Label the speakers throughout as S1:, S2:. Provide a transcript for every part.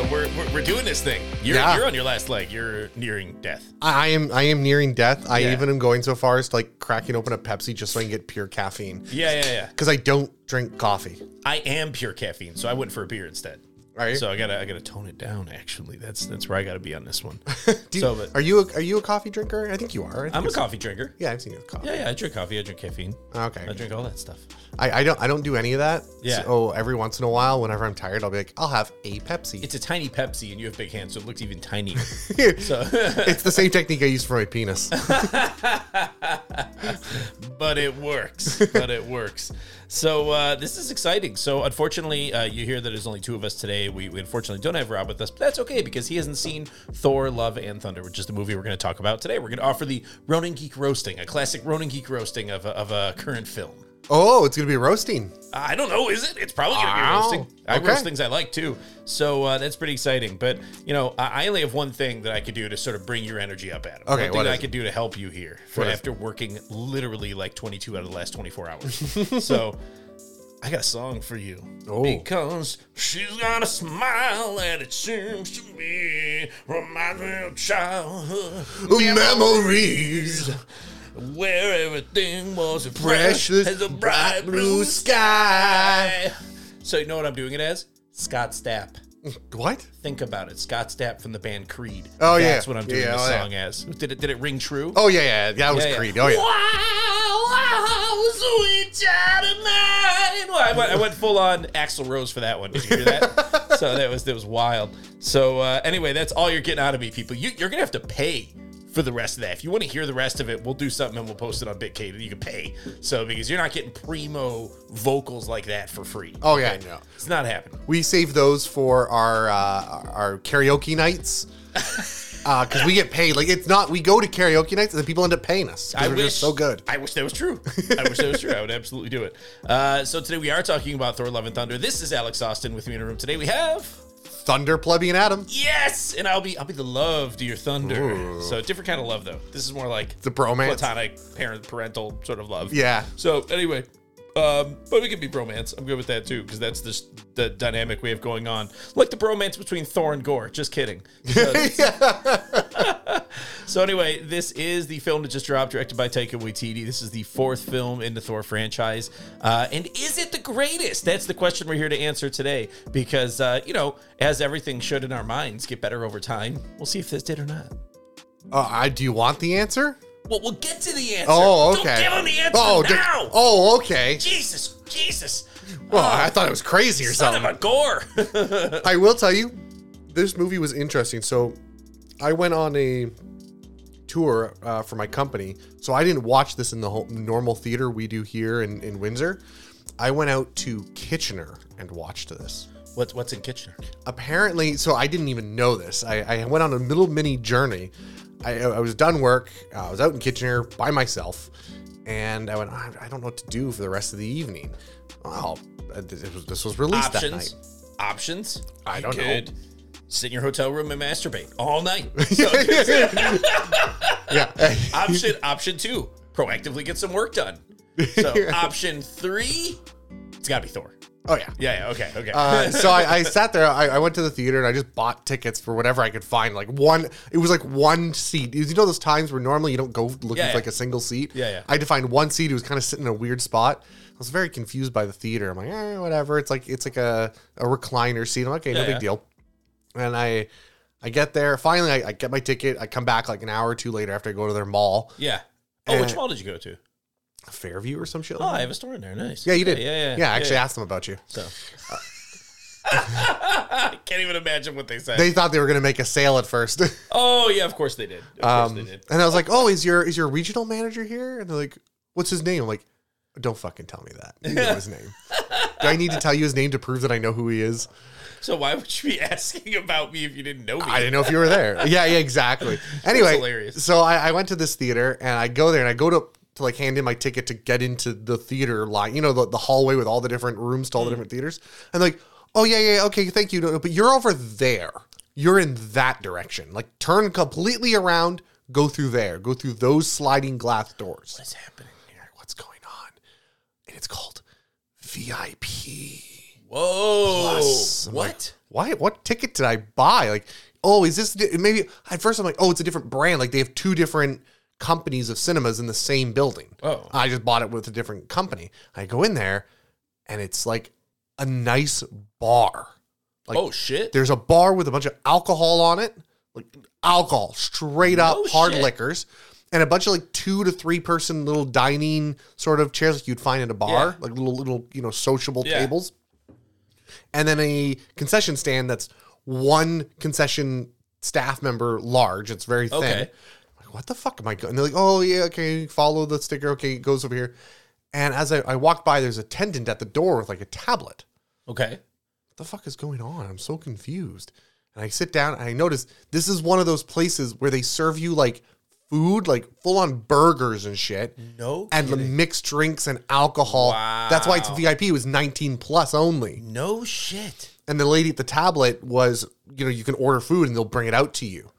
S1: Oh,
S2: we're, we're, we're doing this thing. You're,
S1: Yeah.
S2: you're on your last leg. You're nearing death.
S1: I, I am I am nearing death. I
S2: Yeah.
S1: even am going so far as to like cracking open a Pepsi just so I can get pure caffeine
S2: Yeah, yeah, yeah.
S1: because I don't drink coffee.
S2: I am pure caffeine, so I went for a beer instead.
S1: Right?
S2: So I gotta I gotta tone it down. Actually, that's that's where I gotta be on this one.
S1: Do you-
S2: so, but-
S1: are you a, are you a coffee drinker? I think you are. I think
S2: I'm a
S1: you're-
S2: coffee drinker.
S1: yeah, I've seen you with coffee.
S2: Yeah, yeah. I drink coffee. I drink caffeine.
S1: Okay.
S2: I drink all that stuff.
S1: I, I don't I don't do any of that.
S2: Yeah.
S1: So every once in a while, whenever I'm tired, I'll be like, I'll have a Pepsi.
S2: It's a tiny Pepsi, and you have big hands, so it looks even tinier.
S1: It's,
S2: so,
S1: the same technique I use for my penis.
S2: but it works. But it works. So uh, this is exciting. So unfortunately, uh, you hear that there's only two of us today. We, we unfortunately don't have Rob with us, but that's okay because he hasn't seen Thor: Love and Thunder, which is the movie we're going to talk about today. We're going to offer the Ronin Geek roasting, a classic Ronin Geek roasting of a, of a current film.
S1: oh, it's gonna be roasting.
S2: I don't know, is it? It's probably going to be
S1: Wow.
S2: roasting. I
S1: Okay.
S2: roast things I like too. So uh, that's pretty exciting. But, you know, I, I only have one thing that I could do to sort of bring your energy up, Adam.
S1: Okay,
S2: one
S1: what
S2: thing that
S1: is
S2: I
S1: it?
S2: could do to help you here for
S1: What is
S2: after working literally like 22 out of the last 24 hours. so I got a song for you.
S1: Oh.
S2: Because she's got a smile and it seems to me reminds me of childhood
S1: Memories,
S2: where everything was as
S1: precious
S2: as a bright blue
S1: blue sky.
S2: so you know what I'm doing it as? Scott Stapp.
S1: What?
S2: Think about it. Scott Stapp from the band Creed.
S1: Oh, yeah.
S2: That's what I'm doing
S1: Yeah,
S2: this
S1: oh, yeah.
S2: song as. Did it did it ring true?
S1: Oh yeah, yeah, that was
S2: Yeah, yeah.
S1: Creed. Oh yeah.
S2: Wow, sweet child of mine. Well, I went, I went full on Axl Rose for that one. Did you hear that? so that was that was wild. So uh, anyway, that's all you're getting out of me, people. You, you're gonna have to pay for the rest of that. If you want to hear the rest of it, we'll do something and we'll post it on BitK that you can pay. So because you're not getting primo vocals like that for free.
S1: Oh yeah, no.
S2: It's not happening.
S1: We save those for our uh, our karaoke nights because we get paid. Like it's not we go to karaoke nights and the people end up paying us. 'cause
S2: I
S1: we're
S2: wish
S1: just so good.
S2: I wish that was true. I wish that was true. I would absolutely do it. Uh, so today we are talking about Thor: Love and Thunder. This is Alex Austin with me in a room. Today we have
S1: Thunder, Plebby, and Adam.
S2: Yes, and I'll be I'll be the love to your thunder. So different kind of love though. This is more like
S1: The bromance.
S2: platonic parent parental sort of love.
S1: Yeah.
S2: So anyway, um, but it could be bromance. I'm good with that too because that's the the dynamic we have going on, like the bromance between Thor and Gore. Just kidding.
S1: Uh,
S2: So anyway, this is the film that just dropped, directed by Taika Waititi. This is the fourth film in the Thor franchise, uh, and is it the greatest? That's the question we're here to answer today. Because uh, you know, as everything should in our minds, get better over time. We'll see if this did or not.
S1: Uh, I, do you want the answer?
S2: Well, we'll get to the answer.
S1: Oh, okay.
S2: Don't give him the answer
S1: oh, d-
S2: now.
S1: oh, okay.
S2: Jesus, Jesus.
S1: Well, um, I thought it was crazy or
S2: Son
S1: something.
S2: of a gore.
S1: I will tell you, this movie was interesting. So, I went on a tour uh, for my company, so I didn't watch this in the whole normal theater we do here in, in Windsor. I went out to Kitchener and watched this.
S2: what's what's in Kitchener?
S1: Apparently, so I didn't even know this. I, I went on a little mini journey. I, I was done work. Uh, I was out in Kitchener by myself, and I went. I, I don't know what to do for the rest of the evening. Well, uh, this was, this was released that night.
S2: Options. Options.
S1: I don't know.
S2: could Sit in your hotel room and masturbate all night.
S1: yeah.
S2: option option two proactively get some work done so option three it's gotta be thor
S1: Oh yeah.
S2: yeah, yeah okay okay
S1: Uh, so I, I sat there. I, I went to the theater and I just bought tickets for whatever I could find. Like one, it was like one seat. You know those times where normally you don't go looking
S2: Yeah, yeah.
S1: for like a single seat.
S2: Yeah, yeah.
S1: I had to find one seat. It was kind of sitting in a weird spot. I was very confused by the theater. I'm like, eh, whatever. It's like it's like a, a recliner seat. I'm like, okay,
S2: Yeah,
S1: no big
S2: yeah.
S1: deal. And I I get there. Finally, I, I get my ticket. I come back like an hour or two later after I go to their mall,
S2: yeah oh which
S1: uh,
S2: mall did you go to
S1: Fairview or some shit.
S2: oh
S1: like
S2: i
S1: that.
S2: have a store in there nice
S1: yeah, you did.
S2: yeah yeah
S1: I actually asked them about you.
S2: so i can't even imagine what they said
S1: They thought they were gonna make a sale at first.
S2: oh yeah of course they did of
S1: Um,
S2: course they did
S1: and I was like, "Oh, is your is your regional manager here?" And they're like, "What's his name?" I'm like, "Don't fucking tell me that. You know his name. Do I need to tell you his name to prove that I know who he is?
S2: so why would you be asking about me if you didn't know me
S1: I didn't know if you were there. yeah, yeah, exactly. Anyway,
S2: hilarious.
S1: so I, I went to this theater and I go there and I go to to like hand in my ticket to get into the theater line, you know, the, the hallway with all the different rooms
S2: Mm.
S1: to all the different theaters. And like, "Oh yeah, yeah, okay, thank you. No, no, but you're over there. You're in that direction. Like turn completely around." Go through there. Go through those sliding glass doors.
S2: what's happening here
S1: what's going on? And it's called VIP.
S2: whoa
S1: Plus, I'm
S2: Oh, what
S1: why? What ticket did I buy? Like, oh, is this di- maybe? At first, I'm like, oh, it's a different brand. Like they have two different companies of cinemas in the same building.
S2: Oh.
S1: I just bought it with a different company. I go in there, and it's like a nice bar. Like,
S2: oh shit!
S1: There's a bar with a bunch of alcohol on it, like alcohol, straight up
S2: No
S1: hard
S2: shit.
S1: liquors, and a bunch of like two to three person little dining sort of chairs like you'd find at a bar,
S2: Yeah.
S1: like little little you know sociable
S2: Yeah.
S1: tables, and then a concession stand that's one concession staff member large. It's very thin.
S2: Okay.
S1: Like, what the fuck am I going? And they're like, oh yeah, okay, follow the sticker. Okay, it goes over here. And as I, I walk by, there's a attendant at the door with like a tablet
S2: Okay.
S1: the fuck is going on? I'm so confused. And I sit down and I notice this is one of those places where they serve you like food, like full on burgers and shit.
S2: No.
S1: And the
S2: Mm. kidding.
S1: mixed drinks and alcohol. That's why it's
S2: Wow.
S1: VIP. It was 19 plus only.
S2: no shit.
S1: And the lady at the tablet was, you know, you can order food and they'll bring it out to you.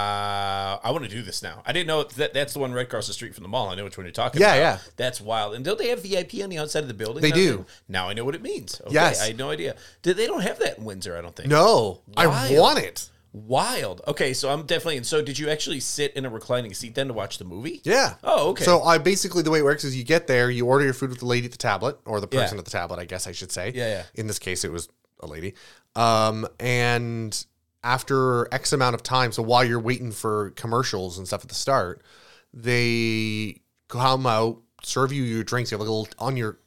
S2: Wow. I want to do this now. I didn't know that that's the one right across the street from the mall. I know which one you're talking
S1: Yeah,
S2: about.
S1: yeah.
S2: That's wild. And don't they have VIP on the outside of the building?
S1: They
S2: now?
S1: do.
S2: Now I know what it means. Okay,
S1: Yes.
S2: I had no idea. Did they don't have that in Windsor, I don't think.
S1: No, I
S2: Wild.
S1: want it.
S2: Wild. Okay, so I'm definitely and so did you actually sit in a reclining seat then to watch the movie?
S1: Yeah.
S2: Oh, okay.
S1: So I basically the way it works is you get there, you order your food with the lady at the tablet or the person
S2: Yeah.
S1: at the tablet, I guess I should say.
S2: Yeah, yeah.
S1: In this case, it was a lady. Um, and after X amount of time, so while you're waiting for commercials and stuff at the start, they come out, serve you your drinks. You have like a little on your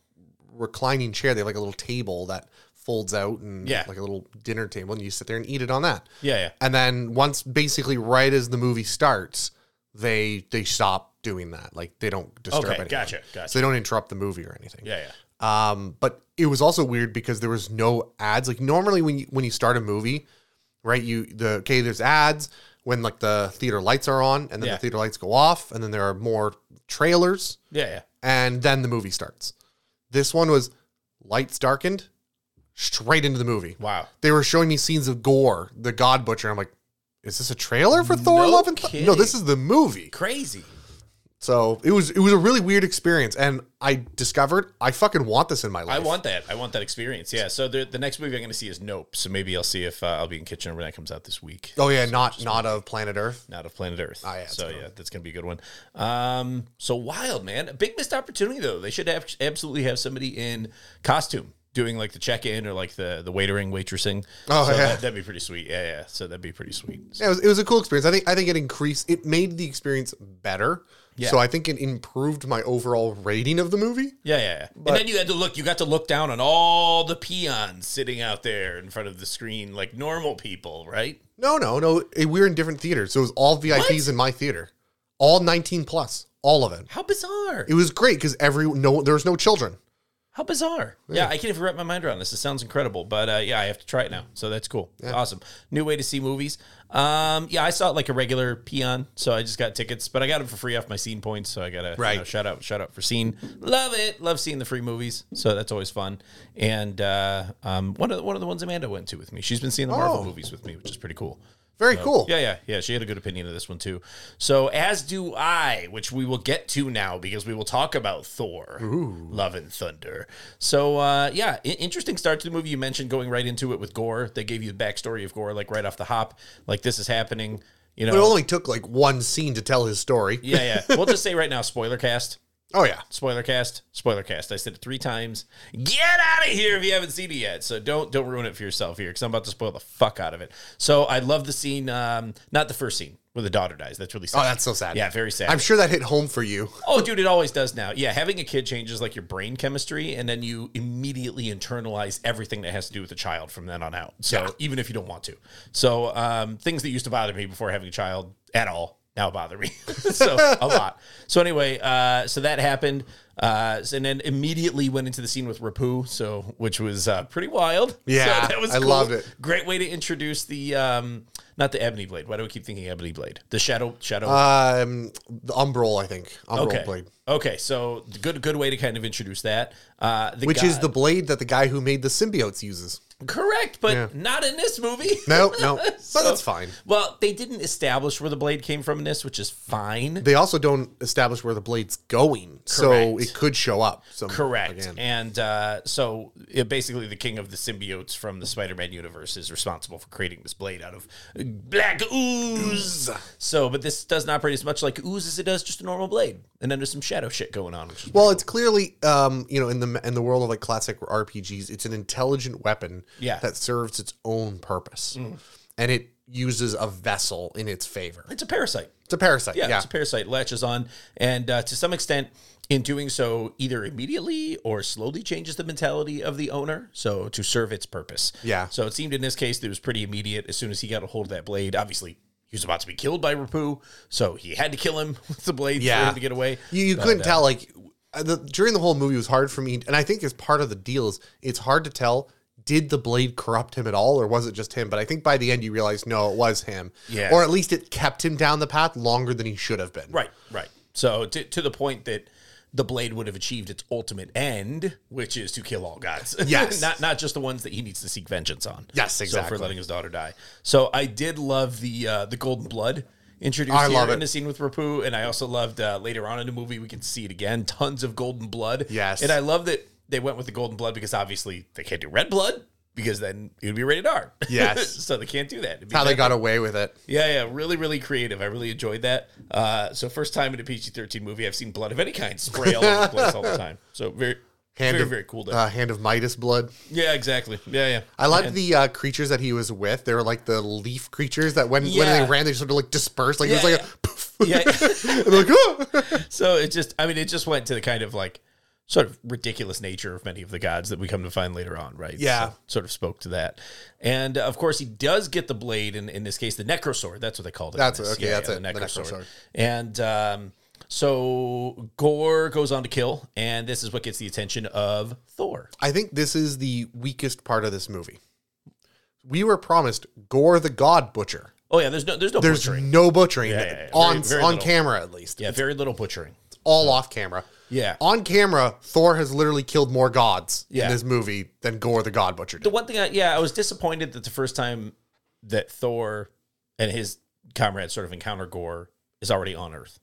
S1: reclining chair. They have like a little table that folds out and
S2: Yeah.
S1: like a little dinner table, and you sit there and eat it on that.
S2: Yeah, yeah.
S1: And then once basically right as the movie starts, they they stop doing that. Like they don't disturb
S2: Okay,
S1: anyone.
S2: gotcha, gotcha.
S1: So they don't interrupt the movie or anything.
S2: yeah, yeah.
S1: Um, but it was also weird because there was no ads. Like normally when you when you start a movie, right, you the okay, there's ads when like the theater lights are on and then
S2: Yeah.
S1: the theater lights go off and then there are more trailers
S2: Yeah, yeah.
S1: and then the movie starts. This one was lights darkened straight into the movie
S2: Wow.
S1: they were showing me scenes of Gore, the God Butcher. I'm like, is this a trailer for Thor:
S2: No
S1: Love and Thunder? No,
S2: kidding.
S1: this is the movie.
S2: Crazy.
S1: So it was it was a really weird experience, and I discovered I fucking want this in my life.
S2: I want that. I want that experience. Yeah. So the, the next movie I'm going to see is Nope. So maybe I'll see if uh, I'll be in Kitchener when that comes out this week.
S1: Oh yeah, not not of Planet Earth.
S2: Not of Planet Earth.
S1: Ah, yeah, it's
S2: so
S1: gonna-
S2: yeah, that's gonna be a good one. Um, so wild, man. A big missed opportunity though. They should have absolutely have somebody in costume doing like the check in or like the the waitering waitressing.
S1: Oh,
S2: so
S1: yeah.
S2: that, that'd be pretty sweet. Yeah, yeah. So that'd be pretty sweet.
S1: Yeah, it was, it was a cool experience. I think I think it increased it made the experience better.
S2: Yeah.
S1: So I think it improved my overall rating of the movie.
S2: Yeah, yeah. yeah. and then you had to look. You got to look down on all the peons sitting out there in front of the screen like normal people, right?
S1: No, no, no. eh, We were in different theaters. So it was all VIPs in my theater, all 19 plus, all of it.
S2: How bizarre!
S1: It was great because every no there was no children.
S2: How bizarre. Yeah, I can't even wrap my mind around this. It sounds incredible, but uh, yeah, I have to try it now. So that's cool. Awesome. New way to see movies. Um, yeah, I saw it like a regular peon, so I just got tickets, but I got them for free off my scene points. So I got to
S1: Right.
S2: shout out, shout out for scene. Love it. Love seeing the free movies. So that's always fun. And uh, um, one of the, one of the ones Amanda went to with me. She's been seeing the Marvel
S1: Oh.
S2: movies with me, which is pretty cool.
S1: Very cool.
S2: Yeah, yeah, yeah. She had a good opinion of this one too. So as do I, which we will get to now because we will talk about Thor, Love and Thunder. So uh, yeah, i- interesting start to the movie. You mentioned going right into it with Gore. They gave you the backstory of Gore, like right off the hop, like this is happening. You
S1: But it
S2: know,
S1: only took like one scene to tell his story.
S2: yeah, yeah. We'll just say right now, spoiler cast.
S1: Oh yeah.
S2: Spoiler cast, spoiler cast. I said it three times. Get out of here if you haven't seen it yet. So don't don't ruin it for yourself here, because I'm about to spoil the fuck out of it. So I love the scene, um, not the first scene where the daughter dies. That's really sad.
S1: Oh, that's so sad.
S2: Yeah, very sad.
S1: I'm sure that hit home for you.
S2: oh, dude, it always does now. Yeah, having a kid changes like your brain chemistry, and then you immediately internalize everything that has to do with the child from then on out. So even if you don't want to, so um, things that used to bother me before having a child at all now bother me. so a lot. So anyway, uh, so that happened, uh, and then immediately went into the scene with Rapu, so which was uh, pretty wild.
S1: Yeah,
S2: so
S1: I loved it.
S2: Great way to introduce the um, not the ebony blade. Why do I keep thinking ebony blade? The shadow shadow.
S1: Um, the Umbral, I think. Umbral
S2: Okay.
S1: blade,
S2: Okay. So good, good way to kind of introduce that. Uh, the
S1: which
S2: guy-
S1: is the blade that the guy who made the symbiotes uses.
S2: Correct, but
S1: Yeah.
S2: not in this movie.
S1: No, no.
S2: So-
S1: but that's fine.
S2: Well, they didn't establish where the blade came from in this, which is fine.
S1: They also don't establish where the blade's going, so
S2: Correct.
S1: it could show up. Some,
S2: Correct.
S1: again.
S2: And uh, so it, basically, the king of the symbiotes from the Spider Man universe is responsible for creating this blade out of uh, black ooze. So, but this doesn't operate as much like ooze as it does just a normal blade. And then there's some shadow shit going on. Which is
S1: Well, it's clearly, um, you know, in the in the world of like classic RPGs, it's an intelligent weapon
S2: Yeah. Mm.
S1: that serves its own purpose, and it uses a vessel in its favor.
S2: it's a parasite.
S1: It's a parasite.
S2: Yeah,
S1: Yeah,
S2: it's a parasite latches on, and uh, to some extent, in doing so, either immediately or slowly changes the mentality of the owner, so to serve its purpose.
S1: Yeah.
S2: So it seemed in this case that it was pretty immediate. As soon as he got a hold of that blade, obviously he was about to be killed by Rapu, so he had to kill him with the blade for
S1: Yeah.
S2: him to get away.
S1: you, you couldn't tell like uh, the, during the whole movie it was hard for me, and I think as part of the deal is it's hard to tell. Did the blade corrupt him at all, or was it just him? But I think by the end you realize no, it was him.
S2: Yeah.
S1: Or at least it kept him down the path longer than he should have been.
S2: Right, right. So to, to the point that the blade would have achieved its ultimate end, which is to kill all gods.
S1: Yes.
S2: not not just the ones that he needs to seek vengeance on.
S1: Yes,
S2: So
S1: exactly.
S2: for letting his daughter die. So I did love the uh, the golden blood introduced
S1: I
S2: here
S1: love it.
S2: in the scene with Rapu, and I also loved uh, later on in the movie we can see it again. Tons of golden blood.
S1: Yes.
S2: and I love that they went with the golden blood because obviously they can't do red blood because then it would be rated R.
S1: Yes.
S2: so they can't do that. It'd be
S1: How they
S2: red
S1: got away with it.
S2: yeah, yeah, really, really creative. I really enjoyed that. Uh, so first time in a PG thirteen movie, I've seen blood of any kind spray all over the place all the time. So very,
S1: Hand
S2: very,
S1: of,
S2: very cool. Day.
S1: Uh, hand of Midas blood.
S2: yeah, exactly. Yeah, yeah.
S1: I liked the uh, creatures that he was with. They were like the leaf creatures that when, when
S2: Yeah.
S1: they ran, they sort of like dispersed. Like it
S2: Yeah,
S1: was like a poof.
S2: Yeah.
S1: And they're like, "Ah!"
S2: so it just, I mean, it just went to the kind of like sort of ridiculous nature of many of the gods that we come to find later on, right?
S1: Yeah.
S2: So, sort of spoke to that, and uh, of course he does get the blade, and in this case the necrosword. That's what they called it. in
S1: That's-
S2: this.
S1: okay, that's it, the Necrosword.
S2: And um, so Gore goes on to kill, and this is what gets the attention of Thor.
S1: I think this is the weakest part of this movie. We were promised Gore the God Butcher.
S2: Oh yeah, there's no there's no
S1: There's
S2: butchering.
S1: no butchering
S2: Yeah, yeah, yeah.
S1: on
S2: Very- very
S1: on
S2: little.
S1: camera at least.
S2: Yeah, very little butchering.
S1: All off camera.
S2: Yeah.
S1: On camera, Thor has literally killed more gods
S2: Yeah.
S1: in this movie than Gore the God Butcher
S2: The
S1: did.
S2: one thing I yeah, I was disappointed that the first time that Thor and his comrades sort of encounter Gore is already on Earth.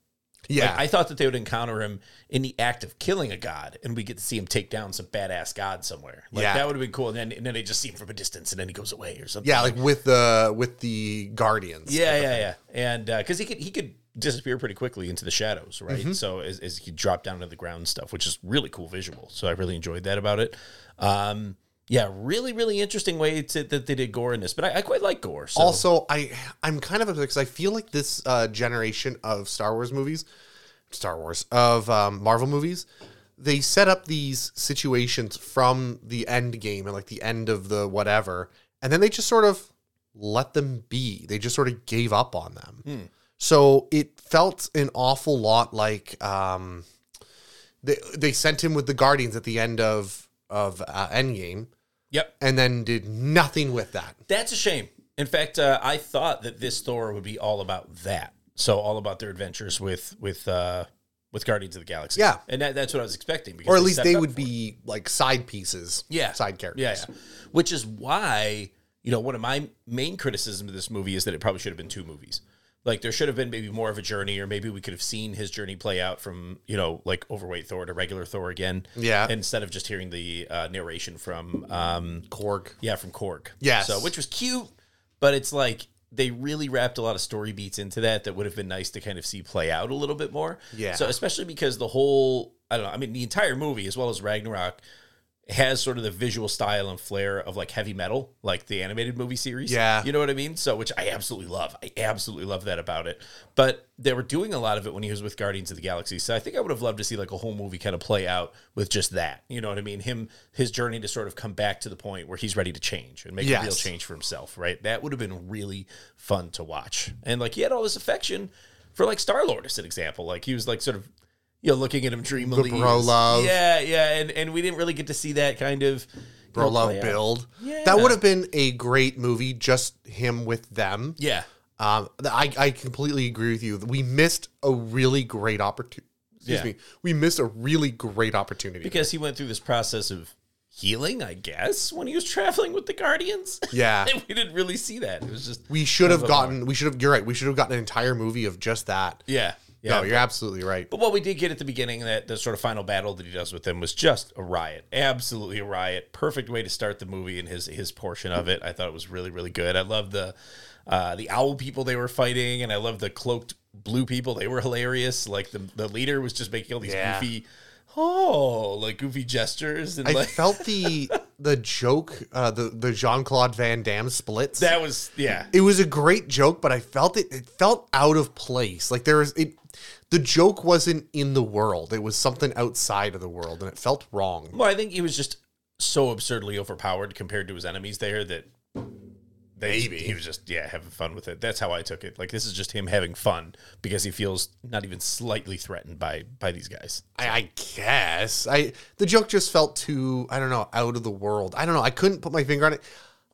S1: Yeah.
S2: I thought that they would encounter him in the act of killing a god, and we get to see him take down some badass god somewhere. Like
S1: Yeah.
S2: that would have been cool. And then and then they just see him from a distance, and then he goes away or something.
S1: yeah, like with the with the Guardians.
S2: Yeah, yeah, yeah, and because he could he could disappear pretty quickly into the shadows, right?
S1: Mm-hmm.
S2: So as, as he dropped down to the ground and stuff, which is really cool visual. So I really enjoyed that about it. Um, yeah, really, really interesting way to, that they did gore in this, but I, I quite like gore. So.
S1: Also, I I'm kind of upset because I feel like this uh, generation of Star Wars movies, Star Wars of um, Marvel movies, they set up these situations from the end game and like the end of the whatever, and then they just sort of let them be. They just sort of gave up on them. So it felt an awful lot like um, they they sent him with the Guardians at the end of of uh, Endgame,
S2: yep,
S1: and then did nothing with that.
S2: that's a shame. In fact, uh, I thought that this Thor would be all about that. So all about their adventures with with uh, with Guardians of the Galaxy.
S1: Yeah.
S2: and that, that's what I was expecting. Because
S1: or at least
S2: set
S1: they
S2: up
S1: would
S2: for
S1: be like side pieces,
S2: Yeah.
S1: side
S2: Yeah,
S1: characters.
S2: yeah. Which is why, you know, one of my main criticisms of this movie is that it probably should have been two movies. Like there should have been maybe more of a journey, or maybe we could have seen his journey play out from you know like overweight Thor to regular Thor again.
S1: Yeah.
S2: Instead of just hearing the uh, narration from um
S1: Korg.
S2: yeah from Korg.
S1: Yes.
S2: So which was cute, but it's like they really wrapped a lot of story beats into that that would have been nice to kind of see play out a little bit more.
S1: Yeah.
S2: So especially because the whole I don't know I mean the entire movie as well as Ragnarok has sort of the visual style and flair of like heavy metal, like the animated movie series.
S1: Yeah.
S2: You know what I mean? So, which I absolutely love. I absolutely love that about it. But they were doing a lot of it when he was with Guardians of the Galaxy. So I think I would have loved to see like a whole movie kind of play out with just that. You know what I mean? Him, his journey to sort of come back to the point where he's ready to change and make a real
S1: Yes.
S2: change for himself, right? That would have been really fun to watch. And like he had all this affection for like Star Lord as an example. Like he was like sort of. You know, looking at him dreamily,
S1: bro love.
S2: yeah, yeah, and and we didn't really get to see that kind of you
S1: Bro
S2: know,
S1: love
S2: play out.
S1: build.
S2: Yeah.
S1: That would have been a great movie, just him with them.
S2: Yeah,
S1: Um, th- I, I completely agree with you. We missed a really great opportunity. Excuse
S2: Yeah.
S1: me. We missed a really great opportunity.
S2: because he went through this process of healing, I guess, when he was traveling with the Guardians.
S1: Yeah.
S2: and we didn't really see that. It was just
S1: We should have
S2: a
S1: gotten. We should have. You're right. We should have gotten an entire movie of just that.
S2: yeah, yeah.
S1: No, you're absolutely right.
S2: But what we did get at the beginning, that the sort of final battle that he does with them, was just a riot, absolutely a riot. Perfect way to start the movie and his his portion of it. I thought it was really really good. I love the uh, the owl people they were fighting, and I love the cloaked blue people. They were hilarious. Like the the leader was just making all these
S1: Yeah.
S2: goofy. Oh, like goofy gestures and
S1: I
S2: like
S1: felt the the joke, uh, the the Jean Claude Van Damme splits.
S2: that was yeah
S1: it was a great joke, but I felt it. It felt out of place. Like there was it. The joke wasn't in the world. It was something outside of the world, and it felt wrong.
S2: Well, I think he was just so absurdly overpowered compared to his enemies there that they, he was just yeah having fun with it. That's how I took it. Like this is just him having fun because he feels not even slightly threatened by by these guys.
S1: I, I guess I the joke just felt too. I don't know, out of the world. I don't know. I couldn't put my finger on it.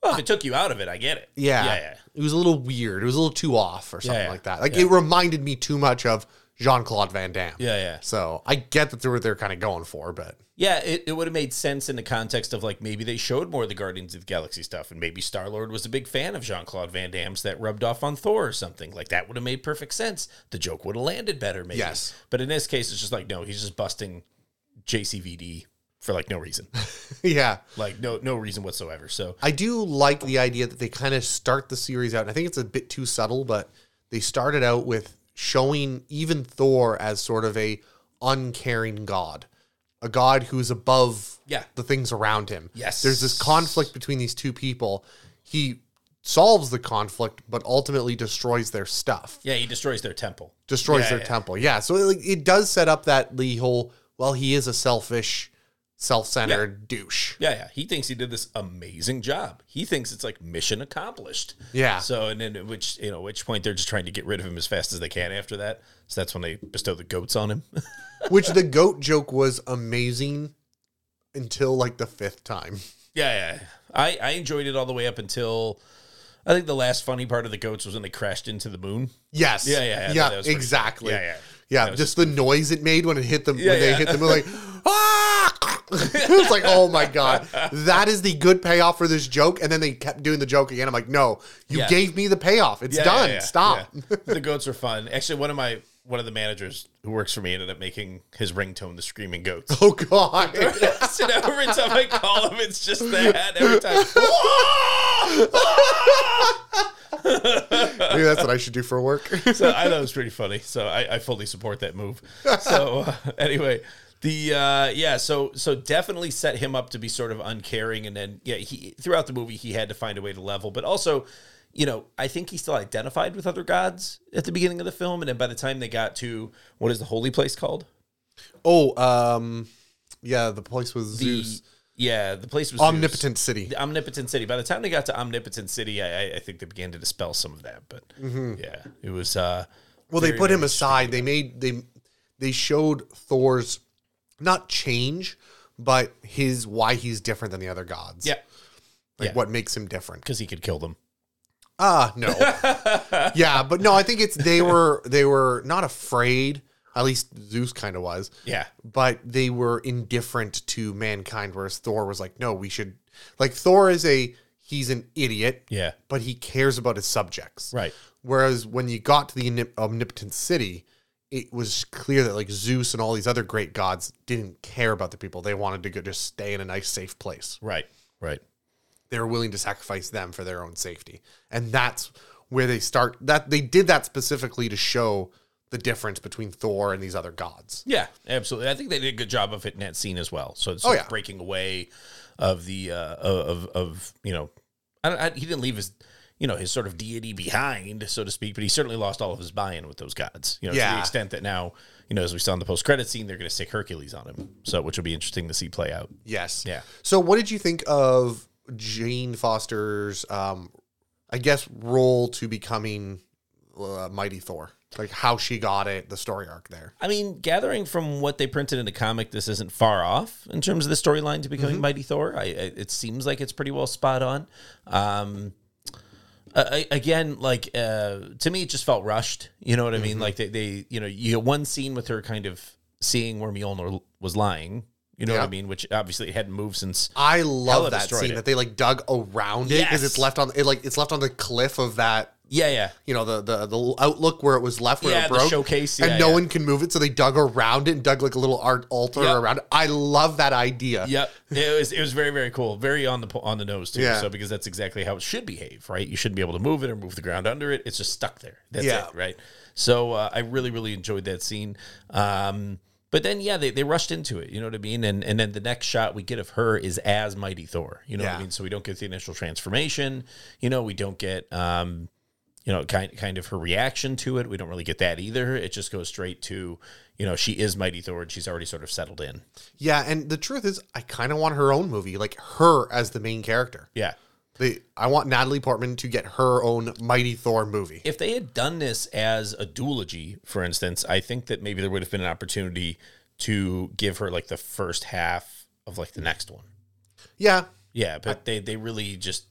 S2: Well, if it took you out of it, I get it.
S1: Yeah.
S2: yeah, yeah.
S1: It was a little weird. It was a little too off or something
S2: yeah.
S1: like that. Like it reminded me too much of Jean Claude Van Damme.
S2: Yeah, yeah.
S1: So I get that they were they're kind of going for, but
S2: Yeah, it, it would have made sense in the context of like maybe they showed more of the Guardians of the Galaxy stuff, and maybe Star Lord was a big fan of Jean Claude Van Damme's that rubbed off on Thor or something. Like that would have made perfect sense. The joke would have landed better, maybe.
S1: Yes.
S2: But in this case, it's just like, no, he's just busting JCVD for like no reason.
S1: yeah.
S2: like no no reason whatsoever. So
S1: I do like the idea that they kind of start the series out, and I think it's a bit too subtle, but they started out with showing even Thor as sort of a uncaring god, a god who's above
S2: Yeah.
S1: the things around him.
S2: Yes.
S1: there's this conflict between these two people. He solves the conflict, but ultimately destroys their stuff,
S2: yeah, he destroys their temple.
S1: destroys
S2: Yeah,
S1: their
S2: yeah.
S1: temple. Yeah, so it, like, it does set up that the whole well, he is a selfish, self-centered douche.
S2: Yeah, yeah. He thinks he did this amazing job. He thinks it's like mission accomplished.
S1: Yeah.
S2: So and then at which you know, which point they're just trying to get rid of him as fast as they can after that. So that's when they bestow the goats on him.
S1: Which the goat joke was amazing until like the fifth time.
S2: yeah, yeah. I, I enjoyed it all the way up until I think the last funny part of the goats was when they crashed into the moon.
S1: Yes.
S2: Yeah, yeah, yeah.
S1: Yeah,
S2: That was pretty-
S1: exactly.
S2: yeah, yeah.
S1: Yeah,
S2: That was
S1: just the noise it made when it hit them
S2: Yeah,
S1: when they
S2: yeah.
S1: hit them like ah it was like, oh my god, that is the good payoff for this joke. And then they kept doing the joke again. I'm like, no, you
S2: Yeah.
S1: gave me the payoff. It's
S2: Yeah,
S1: done.
S2: yeah, yeah,
S1: Stop.
S2: yeah. the goats are fun. Actually, one of my one of the managers who works for me ended up making his ringtone the screaming goats.
S1: Oh god.
S2: so now every time I call him, it's just that. Every time.
S1: Maybe that's what I should do for work.
S2: so I thought it was pretty funny. So I, I fully support that move. So uh, anyway, the uh, yeah, so so definitely set him up to be sort of uncaring, and then yeah, he throughout the movie he had to find a way to level, but also. You know, I think he still identified with other gods at the beginning of the film, and then by the time they got to what is the holy place called?
S1: oh, um yeah, the place was
S2: The-
S1: Zeus.
S2: yeah, the place was Zeus.
S1: Omnipotent city.
S2: the Omnipotent City. By the time they got to Omnipotent City, I, I- I think they began to dispel some of that. But
S1: Mm-hmm.
S2: yeah, it was. Uh,
S1: Well, they put him aside. They made they they showed Thor's not change, but his why he's different than the other gods.
S2: yeah,
S1: like
S2: yeah.
S1: what makes him different.
S2: because he could kill them.
S1: Ah, no. yeah, but no, I think it's they were they were not afraid. At least Zeus kind of was,
S2: Yeah,
S1: but they were indifferent to mankind. Whereas Thor was like, no, we should. Like Thor is a he's an idiot,
S2: yeah,
S1: but he cares about his subjects.
S2: right.
S1: Whereas when you got to the omnip- omnipotent city, it was clear that like Zeus and all these other great gods didn't care about the people. They wanted to go just stay in a nice, safe place.
S2: Right. Right.
S1: They were willing to sacrifice them for their own safety, and that's where they start. That they did that specifically to show the difference between Thor and these other gods.
S2: Yeah, absolutely. I think they did a good job of it in that scene as well. So it's
S1: Oh,
S2: sort of
S1: yeah.
S2: breaking away of the uh, of of you know, I, don't, I, he didn't leave his you know his sort of deity behind, so to speak, but he certainly lost all of his buy-in with those gods. You know, to
S1: Yeah.
S2: the extent that now you know, as we saw in the post-credit scene, they're going to stick Hercules on him. So which will be interesting to see play out.
S1: Yes.
S2: Yeah.
S1: So, what did you think of Jane Foster's, um, I guess, role to becoming uh, Mighty Thor? Like how she got it, the story arc there.
S2: I mean, gathering from what they printed in the comic, this isn't far off in terms of the storyline to
S1: Mm-hmm.
S2: becoming Mighty Thor. I, I, it seems like it's pretty well spot on. Um, I, I- again, like uh, to me, it just felt rushed. You know what
S1: Mm-hmm.
S2: I mean? Like they, they, you know, you had one scene with her kind of seeing where Mjolnir was lying. You know
S1: Yeah.
S2: what I mean? Which obviously it hadn't moved since.
S1: I
S2: Hella
S1: love that
S2: destroyed
S1: scene
S2: it.
S1: that they like dug around it because
S2: Yes.
S1: it's left on it like it's left on the cliff of that
S2: Yeah, yeah.
S1: you know the the the outlook where it was left where
S2: Yeah,
S1: it
S2: the
S1: broke
S2: showcase,
S1: and
S2: yeah,
S1: no
S2: yeah.
S1: one can move it so they dug around it and dug like a little art altar
S2: Yep.
S1: around it. I love that idea.
S2: Yep, it was it was very very cool, very on the po- on the nose too.
S1: Yeah.
S2: So because that's exactly how it should behave, right? You shouldn't be able to move it or move the ground under it. It's just stuck there. That's
S1: Yeah.
S2: it, right? So uh, I really really enjoyed that scene. Um, but then yeah, they, they rushed into it. You know what I mean? And and then the next shot we get of her is as Mighty Thor. You know what
S1: Yeah.
S2: I mean? So we don't get the initial transformation. You know, we don't get um, you know, kind kind of her reaction to it. We don't really get that either. It just goes straight to you know she is Mighty Thor and she's already sort of settled in.
S1: Yeah, and the truth is, I kind of want her own movie, like her as the main character.
S2: Yeah.
S1: They, I want Natalie Portman to get her own Mighty Thor movie.
S2: if they had done this as a duology, for instance, I think that maybe there would have been an opportunity to give her like the first half of like the next one.
S1: Yeah,
S2: Yeah, but they they really just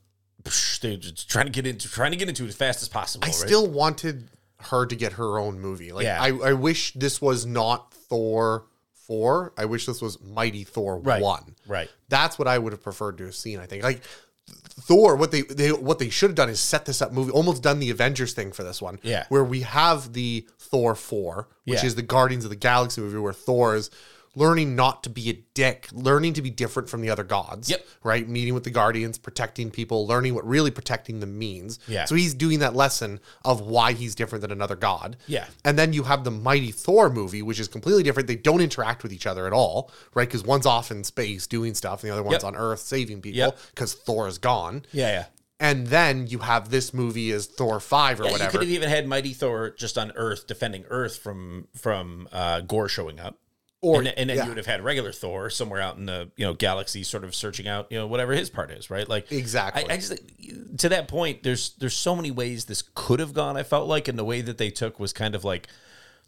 S2: they're just trying to get into trying to get into it as fast as possible.
S1: I
S2: right?
S1: still wanted her to get her own movie. Like,
S2: Yeah.
S1: I, I wish this was not Thor four. I wish this was Mighty Thor
S2: Right.
S1: one.
S2: right.
S1: That's what I would have preferred to have seen. I think like Thor. What they, they what they should have done is set this up movie. Almost done the Avengers thing for this one.
S2: Yeah.
S1: where we have the Thor four, which
S2: Yeah.
S1: is the Guardians of the Galaxy movie, where Thor is learning not to be a dick, learning to be different from the other gods.
S2: Yep.
S1: Right, meeting with the Guardians, protecting people, learning what really protecting them means.
S2: Yeah.
S1: So he's doing that lesson of why he's different than another god.
S2: Yeah.
S1: And then you have the Mighty Thor movie, which is completely different. They don't interact with each other at all, right? Because one's off in space doing stuff, and the other one's
S2: Yep.
S1: on Earth saving people
S2: Yep.
S1: because Thor is gone.
S2: Yeah, yeah.
S1: And then you have this movie as Thor 5 or
S2: Yeah, You
S1: whatever.
S2: could have even had Mighty Thor just on Earth defending Earth from from uh, Gore showing up.
S1: Or-
S2: and, and then
S1: yeah.
S2: you would have had regular Thor somewhere out in the you know galaxy, sort of searching out you know whatever his part is, right? Like
S1: Exactly.
S2: I, I just think- to that point, there's there's so many ways this could have gone. I felt like, and the way that they took was kind of like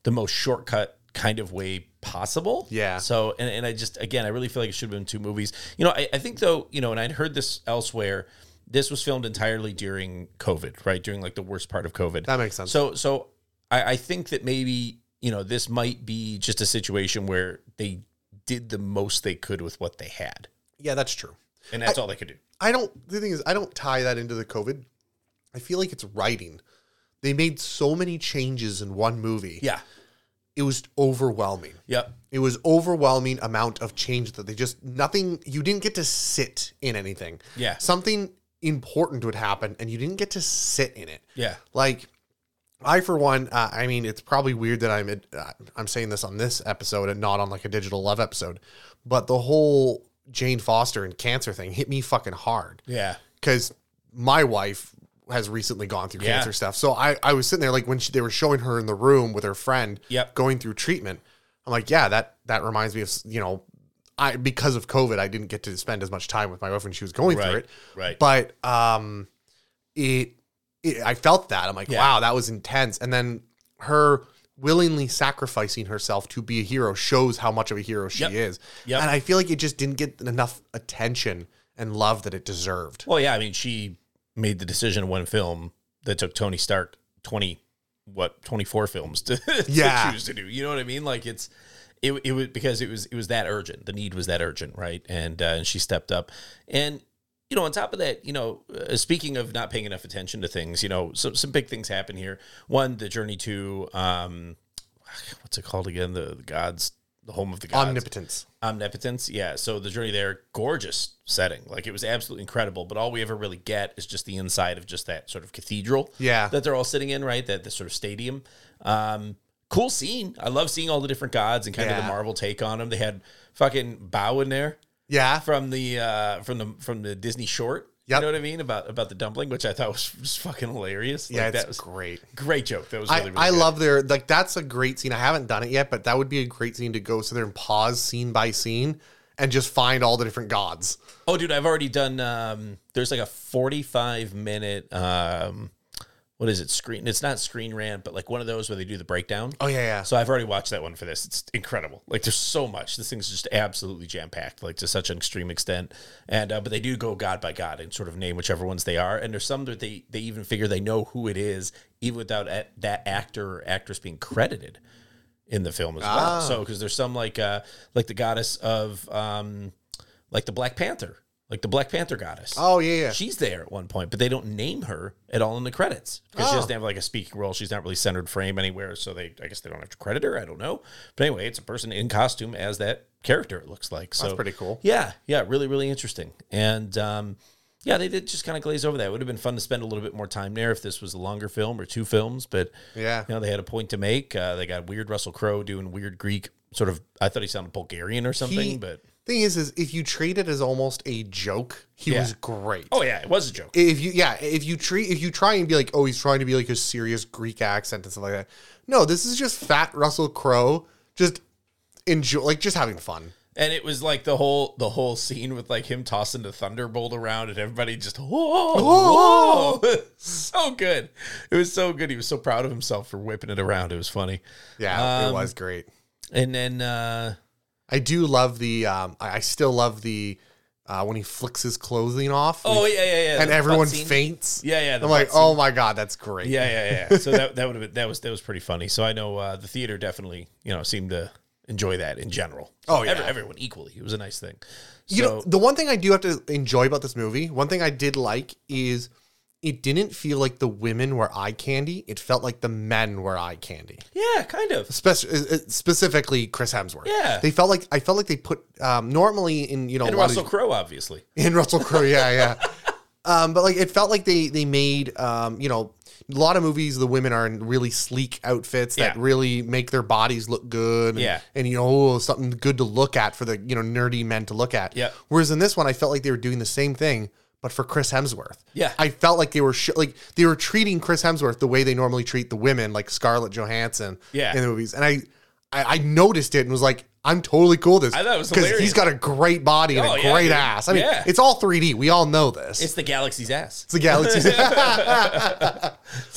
S2: the most shortcut kind of way possible.
S1: Yeah.
S2: So and, and I just again I really feel like it should have been two movies. You know, I, I think though, you know, and I'd heard this elsewhere, this was filmed entirely during COVID, right? During like the worst part of COVID.
S1: That makes sense.
S2: So so I, I think that maybe, you know, this might be just a situation where they did the most they could with what they had.
S1: yeah, that's true.
S2: And that's all they could do.
S1: I don't, the thing is, I don't tie that into the COVID. I feel like it's writing. They made so many changes in one movie.
S2: Yeah.
S1: It was overwhelming.
S2: Yep.
S1: It was overwhelming amount of change that they just nothing you didn't get to sit in anything.
S2: Yeah.
S1: Something important would happen and you didn't get to sit in it.
S2: Yeah.
S1: Like I for one, uh, I mean, it's probably weird that I'm uh, I'm saying this on this episode and not on like a digital love episode, but the whole Jane Foster and cancer thing hit me fucking hard
S2: Yeah.
S1: because my wife has recently gone through
S2: Yeah.
S1: cancer stuff. So I, I was sitting there like when she, they were showing her in the room with her friend
S2: Yep.
S1: going through treatment. I'm like, yeah, that that reminds me of you know, I because of COVID, I didn't get to spend as much time with my wife when she was going through
S2: Right.
S1: it.
S2: Right.
S1: But um, it, it I felt that I'm like,
S2: Yeah.
S1: wow, that was intense. And then her willingly sacrificing herself to be a hero shows how much of a hero she
S2: Yep.
S1: is.
S2: Yep.
S1: And I feel like it just didn't get enough attention and love that it deserved.
S2: Well, yeah, I mean, she made the decision in one film that took Tony Stark twenty what twenty four films to, to
S1: Yeah.
S2: choose to do. You know what I mean? Like it's it it was because it was it was that urgent. The need was that urgent, right? And uh, and she stepped up. And you know, on top of that, you know, uh, speaking of not paying enough attention to things, you know, some some big things happen here. One, the journey to um, what's it called again? The, the gods, the home of the gods
S1: omnipotence.
S2: omnipotence yeah so the journey there gorgeous setting like it was absolutely incredible but all we ever really get is just the inside of just that sort of cathedral
S1: Yeah.
S2: that they're all sitting in right that the sort of stadium um cool scene i love seeing all the different gods and kind of
S1: Yeah.
S2: the marvel take on them they had fucking bow in there
S1: Yeah.
S2: from the uh from the from the disney short
S1: Yep.
S2: you know what i mean about about the dumpling which i thought was, was fucking hilarious
S1: yeah,
S2: like,
S1: it's
S2: that was
S1: great.
S2: great joke that was
S1: I,
S2: really, really
S1: I
S2: good.
S1: love their like that's a great scene. I haven't done it yet, but that would be a great scene to go sit there and pause scene by scene and just find all the different gods.
S2: Oh, dude, I've already done. Um, there's like a 45 minute. Um, what is it? Screen. It's not screen rant, but like one of those where they do the breakdown.
S1: Oh yeah, yeah.
S2: So I've already watched that one for this. It's incredible. Like there's so much. This thing's just absolutely jam packed, like to such an extreme extent. And uh, but they do go god by god and sort of name whichever ones they are. And there's some that they they even figure they know who it is even without a, that actor or actress being credited. in the film as well. So because there's some like uh like the goddess of um like the Black Panther, like the Black Panther goddess.
S1: Oh yeah, yeah.
S2: She's there at one point, but they don't name her at all in the credits because she
S1: Oh.
S2: doesn't have like a speaking role. She's not really centered frame anywhere, so they I guess they don't have to credit her. I don't know, but anyway, it's a person in costume as that character. It looks like so
S1: That's pretty cool.
S2: Yeah, yeah, really, really interesting. And um, yeah, they did just kind of glaze over that. It would have been fun to spend a little bit more time there if this was a longer film or two films, but
S1: Yeah.
S2: you know they had a point to make. Uh, they got weird Russell Crowe doing weird Greek sort of. I thought he sounded Bulgarian or something,
S1: He-
S2: but
S1: Thing is, is if you treat it as almost a joke, he
S2: Yeah.
S1: was great.
S2: oh yeah, it was a joke.
S1: if you yeah if you treat if you try and be like oh he's trying to be like a serious greek accent and stuff like that no this is just fat russell crowe just enjoy like just having fun
S2: And it was like the whole the whole scene with like him tossing the thunderbolt around and everybody just whoa, whoa. so good. It was so good. He was so proud of himself for whipping it around. It was funny.
S1: yeah
S2: Um,
S1: it was great
S2: And then uh
S1: i do love the um i, I still love the uh when he flicks his clothing off
S2: oh
S1: like,
S2: yeah yeah yeah
S1: and
S2: the
S1: everyone
S2: butt scene.
S1: faints
S2: yeah yeah the
S1: i'm like
S2: butt scene.
S1: oh my god that's great
S2: yeah yeah yeah. So that that would have been that was that was pretty funny. So I know uh, the theater definitely you know seemed to enjoy that in general.
S1: Oh, yeah.
S2: Every- everyone equally. It was a nice thing. So,
S1: you know the one thing i do have to enjoy about this movie one thing i did like is it didn't feel like the women were eye candy it felt like the men were eye candy
S2: yeah, kind of.
S1: spec- uh, uh, specifically Chris Hemsworth.
S2: Yeah.
S1: they felt like I felt like they put um, normally in you know
S2: And
S1: a lot
S2: Russell
S1: of
S2: Crowe obviously.
S1: in Russell Crowe. Yeah, yeah. um, but like it felt like they they made um, you know a lot of movies the women are in really sleek outfits that
S2: Yeah.
S1: really make their bodies look good. And,
S2: Yeah.
S1: and you know oh, something good to look at for the you know nerdy men to look at.
S2: Yeah.
S1: Whereas in this one, I felt like they were doing the same thing. But for Chris Hemsworth,
S2: Yeah.
S1: I felt like they were sh- like they were treating Chris Hemsworth the way they normally treat the women, like Scarlett Johansson,
S2: Yeah.
S1: in the movies. And I, I, I noticed it and was like, I'm totally cool with this.
S2: I thought it was
S1: he's
S2: hilarious.
S1: got a great body and
S2: Oh,
S1: a
S2: yeah,
S1: great
S2: dude.
S1: ass. I mean,
S2: Yeah.
S1: it's all 3D. We all know this. It's
S2: It's the galaxy's ass.
S1: the galaxy. but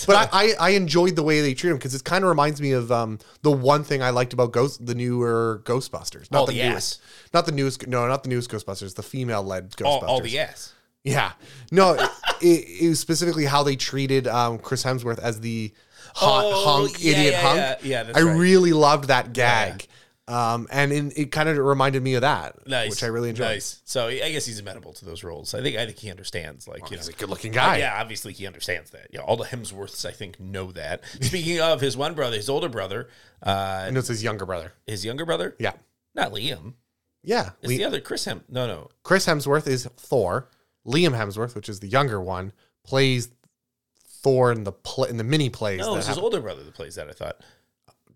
S1: I, I, I enjoyed the way they treat him because it kind of reminds me of um, the one thing I liked about Ghost, the newer Ghostbusters. Not
S2: All
S1: the
S2: the
S1: newest.
S2: ass.
S1: Not the newest. No, not the newest Ghostbusters. The female led Ghostbusters.
S2: all, all the ass.
S1: Yeah. No, it, it, it was specifically how they treated um, Chris Hemsworth as the hot
S2: Oh,
S1: hunk,
S2: yeah,
S1: idiot
S2: yeah,
S1: hunk.
S2: yeah. Yeah, that's
S1: I
S2: right.
S1: really loved that gag. Um, and in, it kind of reminded me of that,
S2: Nice,
S1: which I really enjoyed.
S2: Nice. So I guess he's amenable to those roles. I think I think he understands. Like you know,
S1: Oh, He's a good looking guy.
S2: yeah, obviously he understands that. Yeah, all the Hemsworths I think know that. Speaking of his one brother, his older brother, uh,
S1: And it's his younger brother.
S2: his younger brother,
S1: Yeah.
S2: not Liam.
S1: Yeah.
S2: It's
S1: Le-
S2: the other Chris Hem. No, no,
S1: Chris Hemsworth is Thor. Liam Hemsworth, which is the younger one, plays Thor in the pl- in the mini plays.
S2: no,
S1: that
S2: it's his
S1: happen-
S2: older brother that plays that. I thought.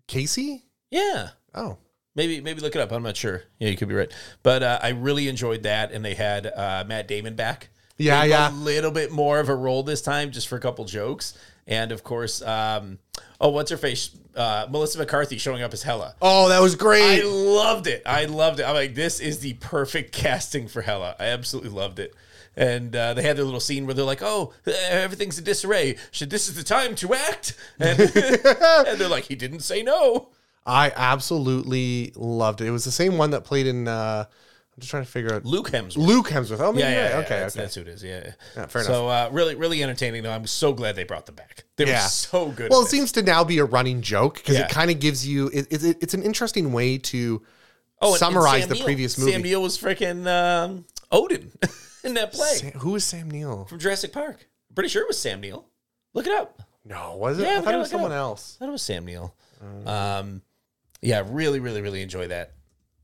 S1: Casey?
S2: Yeah,
S1: Oh.
S2: Maybe maybe look it up. I'm not sure. Yeah, you could be right. But uh, I really enjoyed that, and they had uh, Matt Damon back.
S1: Yeah,
S2: Gave him
S1: yeah.
S2: A little bit more of a role this time, just for a couple jokes, and of course, um, oh, what's her face? Uh, Melissa McCarthy showing up as Hella.
S1: Oh, that was
S2: I
S1: great.
S2: loved it. I loved it. I'm like, this is the perfect casting for Hella. I absolutely loved it. And uh, they had their little scene where they're like, "Oh, everything's in disarray. Should this is the time to act?" And, and they're like, "He didn't say no."
S1: I absolutely loved it. It was the same one that played in. Uh, I'm just trying to figure out
S2: Luke Hemsworth.
S1: Luke Hemsworth. Oh, yeah,
S2: Yeah, yeah, yeah,
S1: okay,
S2: that's,
S1: okay.
S2: that's who it is. Yeah, yeah.
S1: fair
S2: so, uh, really, really entertaining though. I'm so glad they brought them back. They
S1: Yeah.
S2: were so good.
S1: Well,
S2: at
S1: it seems to now be a running joke because
S2: Yeah.
S1: it kind of gives you. It, it, it- it's an interesting way to
S2: Oh, and- and
S1: summarize
S2: Sam
S1: the
S2: Neill.
S1: previous movie.
S2: Sam Neill was freaking um, Odin in that play
S1: Sam- who is Sam Neill?
S2: from Jurassic Park. Pretty sure it was Sam Neill. Look it up.
S1: No, was it?
S2: Yeah,
S1: I
S2: we
S1: thought it
S2: gotta
S1: was
S2: look it
S1: someone
S2: up.
S1: else.
S2: I thought it was Sam Neill.
S1: Uh-huh.
S2: Um, yeah, really, really, really enjoy that.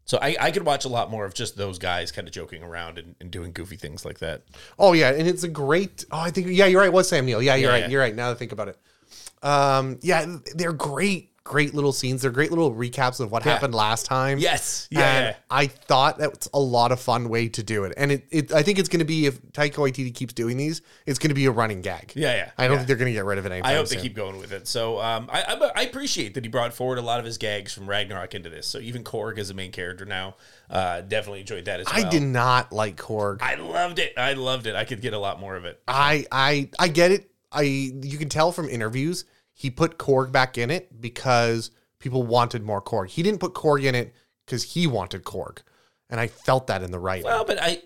S2: So I, I could watch a lot more of just those guys kind of joking around and, and doing goofy things like that.
S1: Oh yeah, and it's a great. Oh, I think yeah, you're right. It was Sam Neill? Yeah, you're
S2: Yeah,
S1: right.
S2: yeah.
S1: You're right. Now that I think about it, um, yeah, they're great. Great little scenes. They're great little recaps of what happened last time.
S2: Yes,
S1: And
S2: yeah,
S1: I thought that's a lot of fun way to do it. And it, it I think it's going to be if Taika Waititi keeps doing these, it's going to be a running gag.
S2: yeah, yeah.
S1: I don't think they're going to get rid of it anytime
S2: I hope
S1: soon.
S2: they keep going with it. So um, I, I, I appreciate that he brought forward a lot of his gags from Ragnarok into this. So even Korg is a main character now. Uh, definitely enjoyed that as well.
S1: I did not like Korg.
S2: I loved it. I loved it. I could get a lot more of it.
S1: I I I get it. I you can tell from interviews he put Korg back in it because people wanted more Korg. He didn't put Korg in it because he wanted Korg, and I felt that in the writing.
S2: Well, but I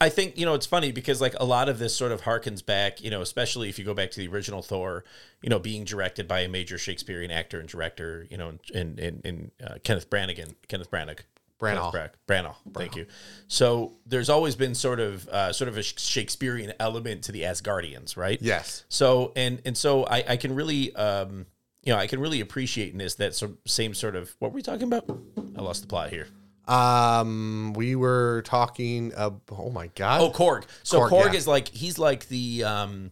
S2: I think you know it's funny because like a lot of this sort of harkens back, you know, especially if you go back to the original Thor, you know, being directed by a major Shakespearean actor and director, you know, in in in uh, Kenneth Branagh, Kenneth Branagh.
S1: Branagh.
S2: Kenneth Branagh. Branagh. Thank you. So there's always been sort of uh, sort of a Shakespearean element to the Asgardians, right?
S1: Yes.
S2: So and and so I I can really um you know I can really appreciate in this that sort same sort of what were we talking about? I lost the plot here.
S1: Um, we were talking. Ab- oh my god.
S2: Oh, Korg. So Korg,
S1: Korg, yeah.
S2: is like he's like the um,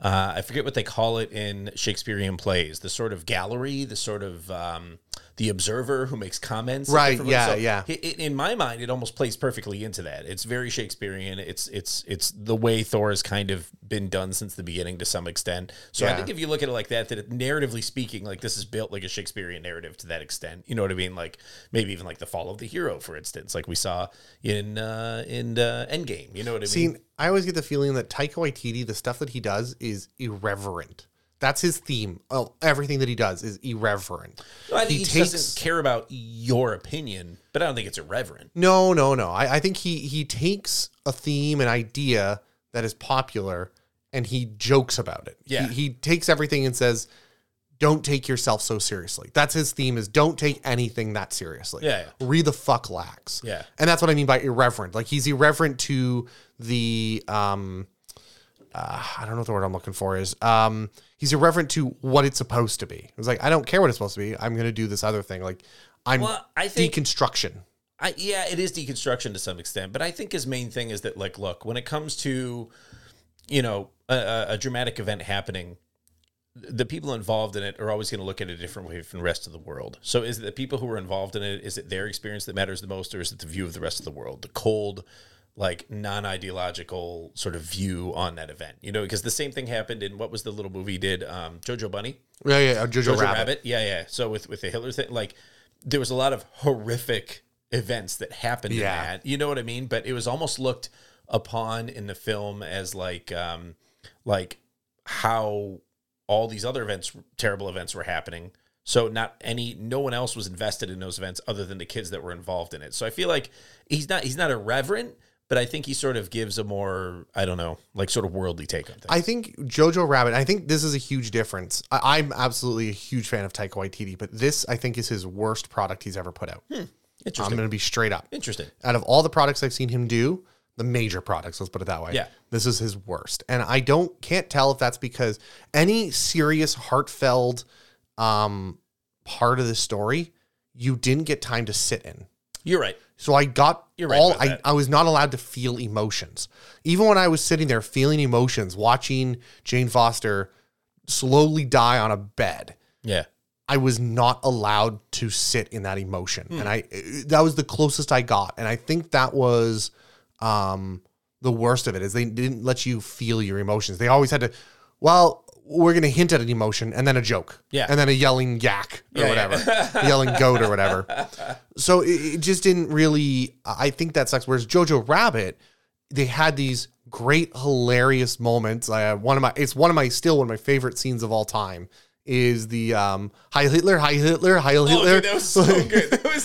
S2: uh, I forget what they call it in Shakespearean plays. The sort of gallery, the sort of um, the observer who makes comments. and
S1: Right,
S2: different-
S1: yeah,
S2: so
S1: yeah.
S2: i- i- in my mind, it almost plays perfectly into that. It's very Shakespearean. It's it's it's the way Thor has kind of been done since the beginning to some extent. So I
S1: Yeah.
S2: think if you look at it like that, that it, narratively speaking, like this is built like a Shakespearean narrative to that extent. You know what I mean? Like maybe even like the fall of the hero, for instance, like we saw in uh, in uh, Endgame. You know what I mean?
S1: See, I always get the feeling that Taika Waititi, the stuff that he does, is irreverent. That's his theme. Oh, everything that he does is irreverent.
S2: No, I think he,
S1: he
S2: just
S1: takes-
S2: doesn't care about your opinion, but I don't think it's irreverent.
S1: No, no, no. I, I think he he takes a theme, an idea that is popular, and he jokes about it.
S2: Yeah.
S1: He, he takes everything and says, "Don't take yourself so seriously." That's his theme: is don't take anything that seriously.
S2: Yeah, yeah.
S1: Read the fuck lax.
S2: Yeah.
S1: And that's what I mean by irreverent. Like he's irreverent to the um uh, I don't know what the word I'm looking for is. Um he's irreverent to what it's supposed to be. It's like I don't care what it's supposed to be. I'm going to do this other thing. Like I'm
S2: Well, I think-
S1: deconstruction.
S2: I, yeah, it is deconstruction to some extent, but I think his main thing is that, like, look, when it comes to, you know, a- a, a dramatic event happening, the people involved in it are always going to look at it a different way from the rest of the world. So, is it the people who are involved in it? Is it their experience that matters the most, or is it the view of the rest of the world? The cold, like non ideological sort of view on that event, you know? Because the same thing happened in what was the little movie he did, um, Jojo Bunny.
S1: Yeah, yeah, uh, Jojo,
S2: Jojo
S1: Rabbit.
S2: Rabbit. Yeah, yeah. So with with the Hitler thing, like there was a lot of horrific events that happened
S1: Yeah.
S2: in that. You know what I mean? But it was almost looked upon in the film as like um like how all these other events, terrible events were happening. So not any no one else was invested in those events other than the kids that were involved in it. So I feel like he's not he's not irreverent, but I think he sort of gives a more, I don't know, like sort of worldly take on things.
S1: I think Jojo Rabbit. I think this is a huge difference. I, I'm absolutely a huge fan of Taika Waititi, but this I think is his worst product he's ever put out. I'm
S2: Hmm. Interesting.
S1: going to be straight up.
S2: Interesting.
S1: Out of all the products I've seen him do, the major products, let's put it that way.
S2: Yeah.
S1: This is his worst, and I don't can't tell if that's because any serious, heartfelt um, part of the story you didn't get time to sit in.
S2: You're right.
S1: So I got
S2: You're right
S1: all
S2: about
S1: I,
S2: that.
S1: I was not allowed to feel emotions. Even when I was sitting there feeling emotions, watching Jane Foster slowly die on a bed,
S2: Yeah.
S1: I was not allowed to sit in that emotion.
S2: Hmm.
S1: And I that was the closest I got. And I think that was um the worst of it is they didn't let you feel your emotions. They always had to well, we're gonna hint at an emotion and then a joke.
S2: Yeah.
S1: And then a yelling yak or
S2: Yeah, yeah.
S1: whatever. yelling goat or whatever. So it, it just didn't really I think that sucks. Whereas Jojo Rabbit, they had these great hilarious moments. Uh, one of my it's one of my still one of my favorite scenes of all time is the um Heil Hitler, Heil Hitler, Heil
S2: Oh,
S1: Hitler.
S2: dude, that was so good. That was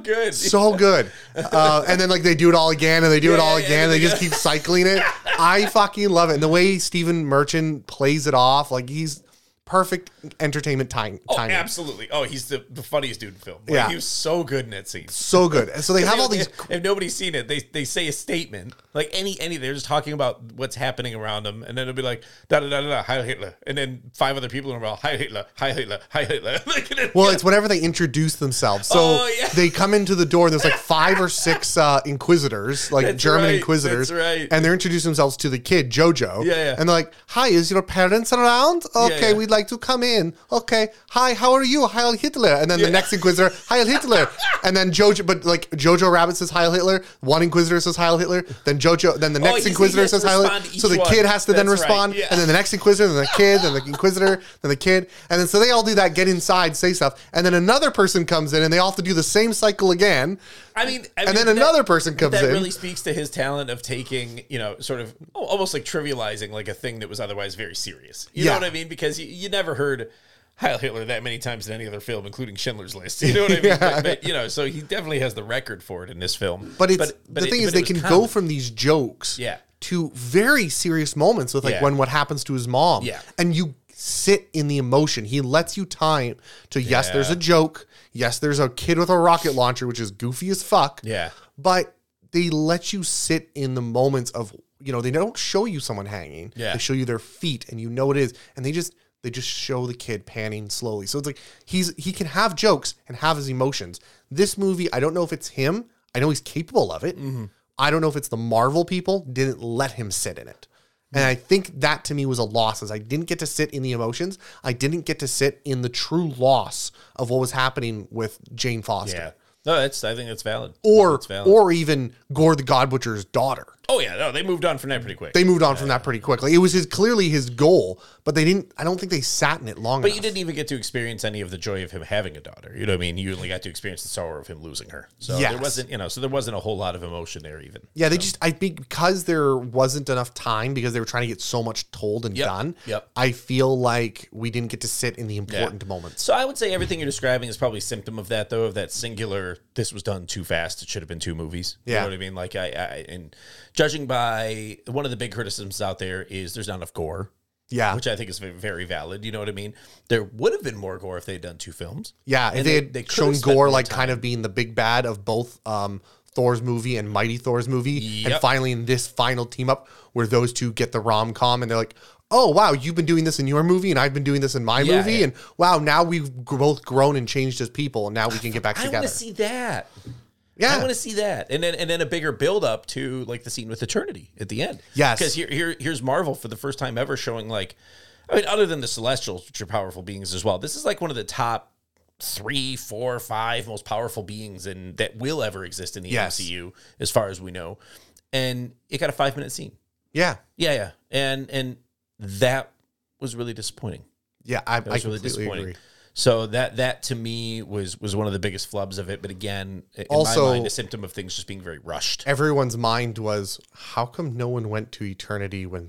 S2: good.
S1: so good. Uh, and then like they do it all again and they do it all
S2: yeah,
S1: again.
S2: yeah.
S1: they just keep cycling it. I fucking love it. And the way Stephen Merchant plays it off, like he's perfect entertainment time
S2: oh,
S1: timing.
S2: absolutely. Oh, he's the, the funniest dude in film. Like,
S1: Yeah.
S2: he was so good in that scene.
S1: so good. And so they have all these
S2: If, if nobody's seen it, they they say a statement like any any. They're just talking about what's happening around them, and then it'll be like da da da da da Heil Hitler, and then five other people in a row Heil Hitler, Heil Hitler, Heil Hitler. like, and then-
S1: Well, it's whenever they introduce themselves. So
S2: Oh, yeah.
S1: they come into the door, and there's like five or six uh, inquisitors, like
S2: That's
S1: German
S2: right,
S1: inquisitors,
S2: that's right.
S1: and they're introducing themselves to the kid Jojo.
S2: Yeah, yeah.
S1: And they're like, "Hi, is your parents around? Okay,
S2: yeah.
S1: we'd like to come in. Okay, hi, how are you? Heil Hitler." And then the next inquisitor, Heil Hitler, and then Jojo. But like Jojo Rabbit says Heil Hitler. One inquisitor says Heil Hitler. Then Jojo. Then the
S2: he
S1: next
S2: has- he
S1: inquisitor
S2: has to
S1: says Heil
S2: respond
S1: Hitler.
S2: to
S1: So the
S2: each
S1: kid
S2: one.
S1: has to then
S2: That's right,
S1: respond,
S2: yeah.
S1: and then the next inquisitor, then the kid, then the inquisitor, then the kid, and then so they all do that, get inside, say stuff, and then another person comes in, and they all have to do the same cycle again.
S2: I mean, I
S1: And
S2: mean,
S1: then another person comes
S2: that
S1: in.
S2: really speaks to his talent of taking, you know, sort of oh, almost like trivializing like a thing that was otherwise very serious. You
S1: Yeah.
S2: know what I mean? Because you, you never heard Heil Hitler that many times in any other film, including Schindler's List. You know what I mean? but, but, you know, so he definitely has the record for it in this film.
S1: But it's the
S2: it-
S1: thing is,
S2: but
S1: they
S2: it
S1: can
S2: was
S1: go
S2: common.
S1: from these jokes
S2: Yeah.
S1: to very serious moments with like
S2: Yeah.
S1: when what happens to his mom.
S2: Yeah.
S1: And you sit in the emotion. He lets you time to yes, there's a joke. Yes, there's a kid with a rocket launcher, which is goofy as fuck.
S2: Yeah.
S1: But they let you sit in the moments of you know, they don't show you someone hanging.
S2: Yeah.
S1: They show you their feet and you know it is. And they just they just show the kid panning slowly. So it's like he's he can have jokes and have his emotions. This movie, I don't know if it's him. I know he's capable of it.
S2: Mm-hmm.
S1: I don't know if it's the Marvel people didn't let him sit in it. And I think that to me was a loss, as I didn't get to sit in the emotions. I didn't get to sit in the true loss of what was happening with Jane Foster,
S2: Yeah. No, that's. I think that's valid.
S1: or
S2: That's valid.
S1: or even Gore the God Butcher's daughter.
S2: oh yeah, no, they moved on from that pretty quick.
S1: They moved on from that pretty quickly. It was his clearly his goal, but they didn't. I don't think they sat in it long
S2: but
S1: enough.
S2: you didn't even get to experience any of the joy of him having a daughter. You know what I mean? You only got to experience the sorrow of him losing her. So
S1: Yes.
S2: there wasn't, you know, so there wasn't a whole lot of emotion there even.
S1: Yeah, they just I think because there wasn't enough time because they were trying to get so much told and
S2: Yep,
S1: done.
S2: yep.
S1: I feel like we didn't get to sit in the important moments.
S2: So I would say everything you're describing is probably a symptom of that, though, of that singular. This was done too fast. It should have been two movies. You
S1: Yeah.
S2: know what I mean? Like I, I, and judging by one of the big criticisms out there is there's not enough gore,
S1: Yeah,
S2: which I think is ve- very valid. You know what I mean? There would have been more gore if they'd done two films.
S1: yeah. If
S2: And
S1: they
S2: they-
S1: had
S2: they could've
S1: shown
S2: spent
S1: Gore
S2: more
S1: like kind of being the big bad of both um, Thor's movie and Mighty Thor's movie, and
S2: Yep.
S1: finally in this final team up where those two get the rom com and they're like. Oh wow! You've been doing this in your movie, and I've been doing this in my
S2: Yeah,
S1: movie,
S2: yeah.
S1: and wow! Now we've gr- both grown and changed as people, and now we can get back
S2: I want
S1: together.
S2: to see that. I
S1: yeah,
S2: want to see that, and then and then a bigger build up to like the scene with Eternity at the end.
S1: Yes.
S2: because here, here here's Marvel for the first time ever showing like, I mean, other than the Celestials, which are powerful beings as well. This is like one of the top three, four, five most powerful beings in that will ever exist in the
S1: Yes.
S2: MCU, as far as we know. And it got a five minute scene.
S1: yeah,
S2: Yeah, yeah, and and that was really disappointing.
S1: yeah. I, I
S2: That was
S1: completely
S2: really disappointing.
S1: agree.
S2: So that that to me was was one of the biggest flubs of it. But again, in
S1: Also-
S2: my mind, a symptom of things just being very rushed.
S1: everyone's mind was how come no one went to eternity when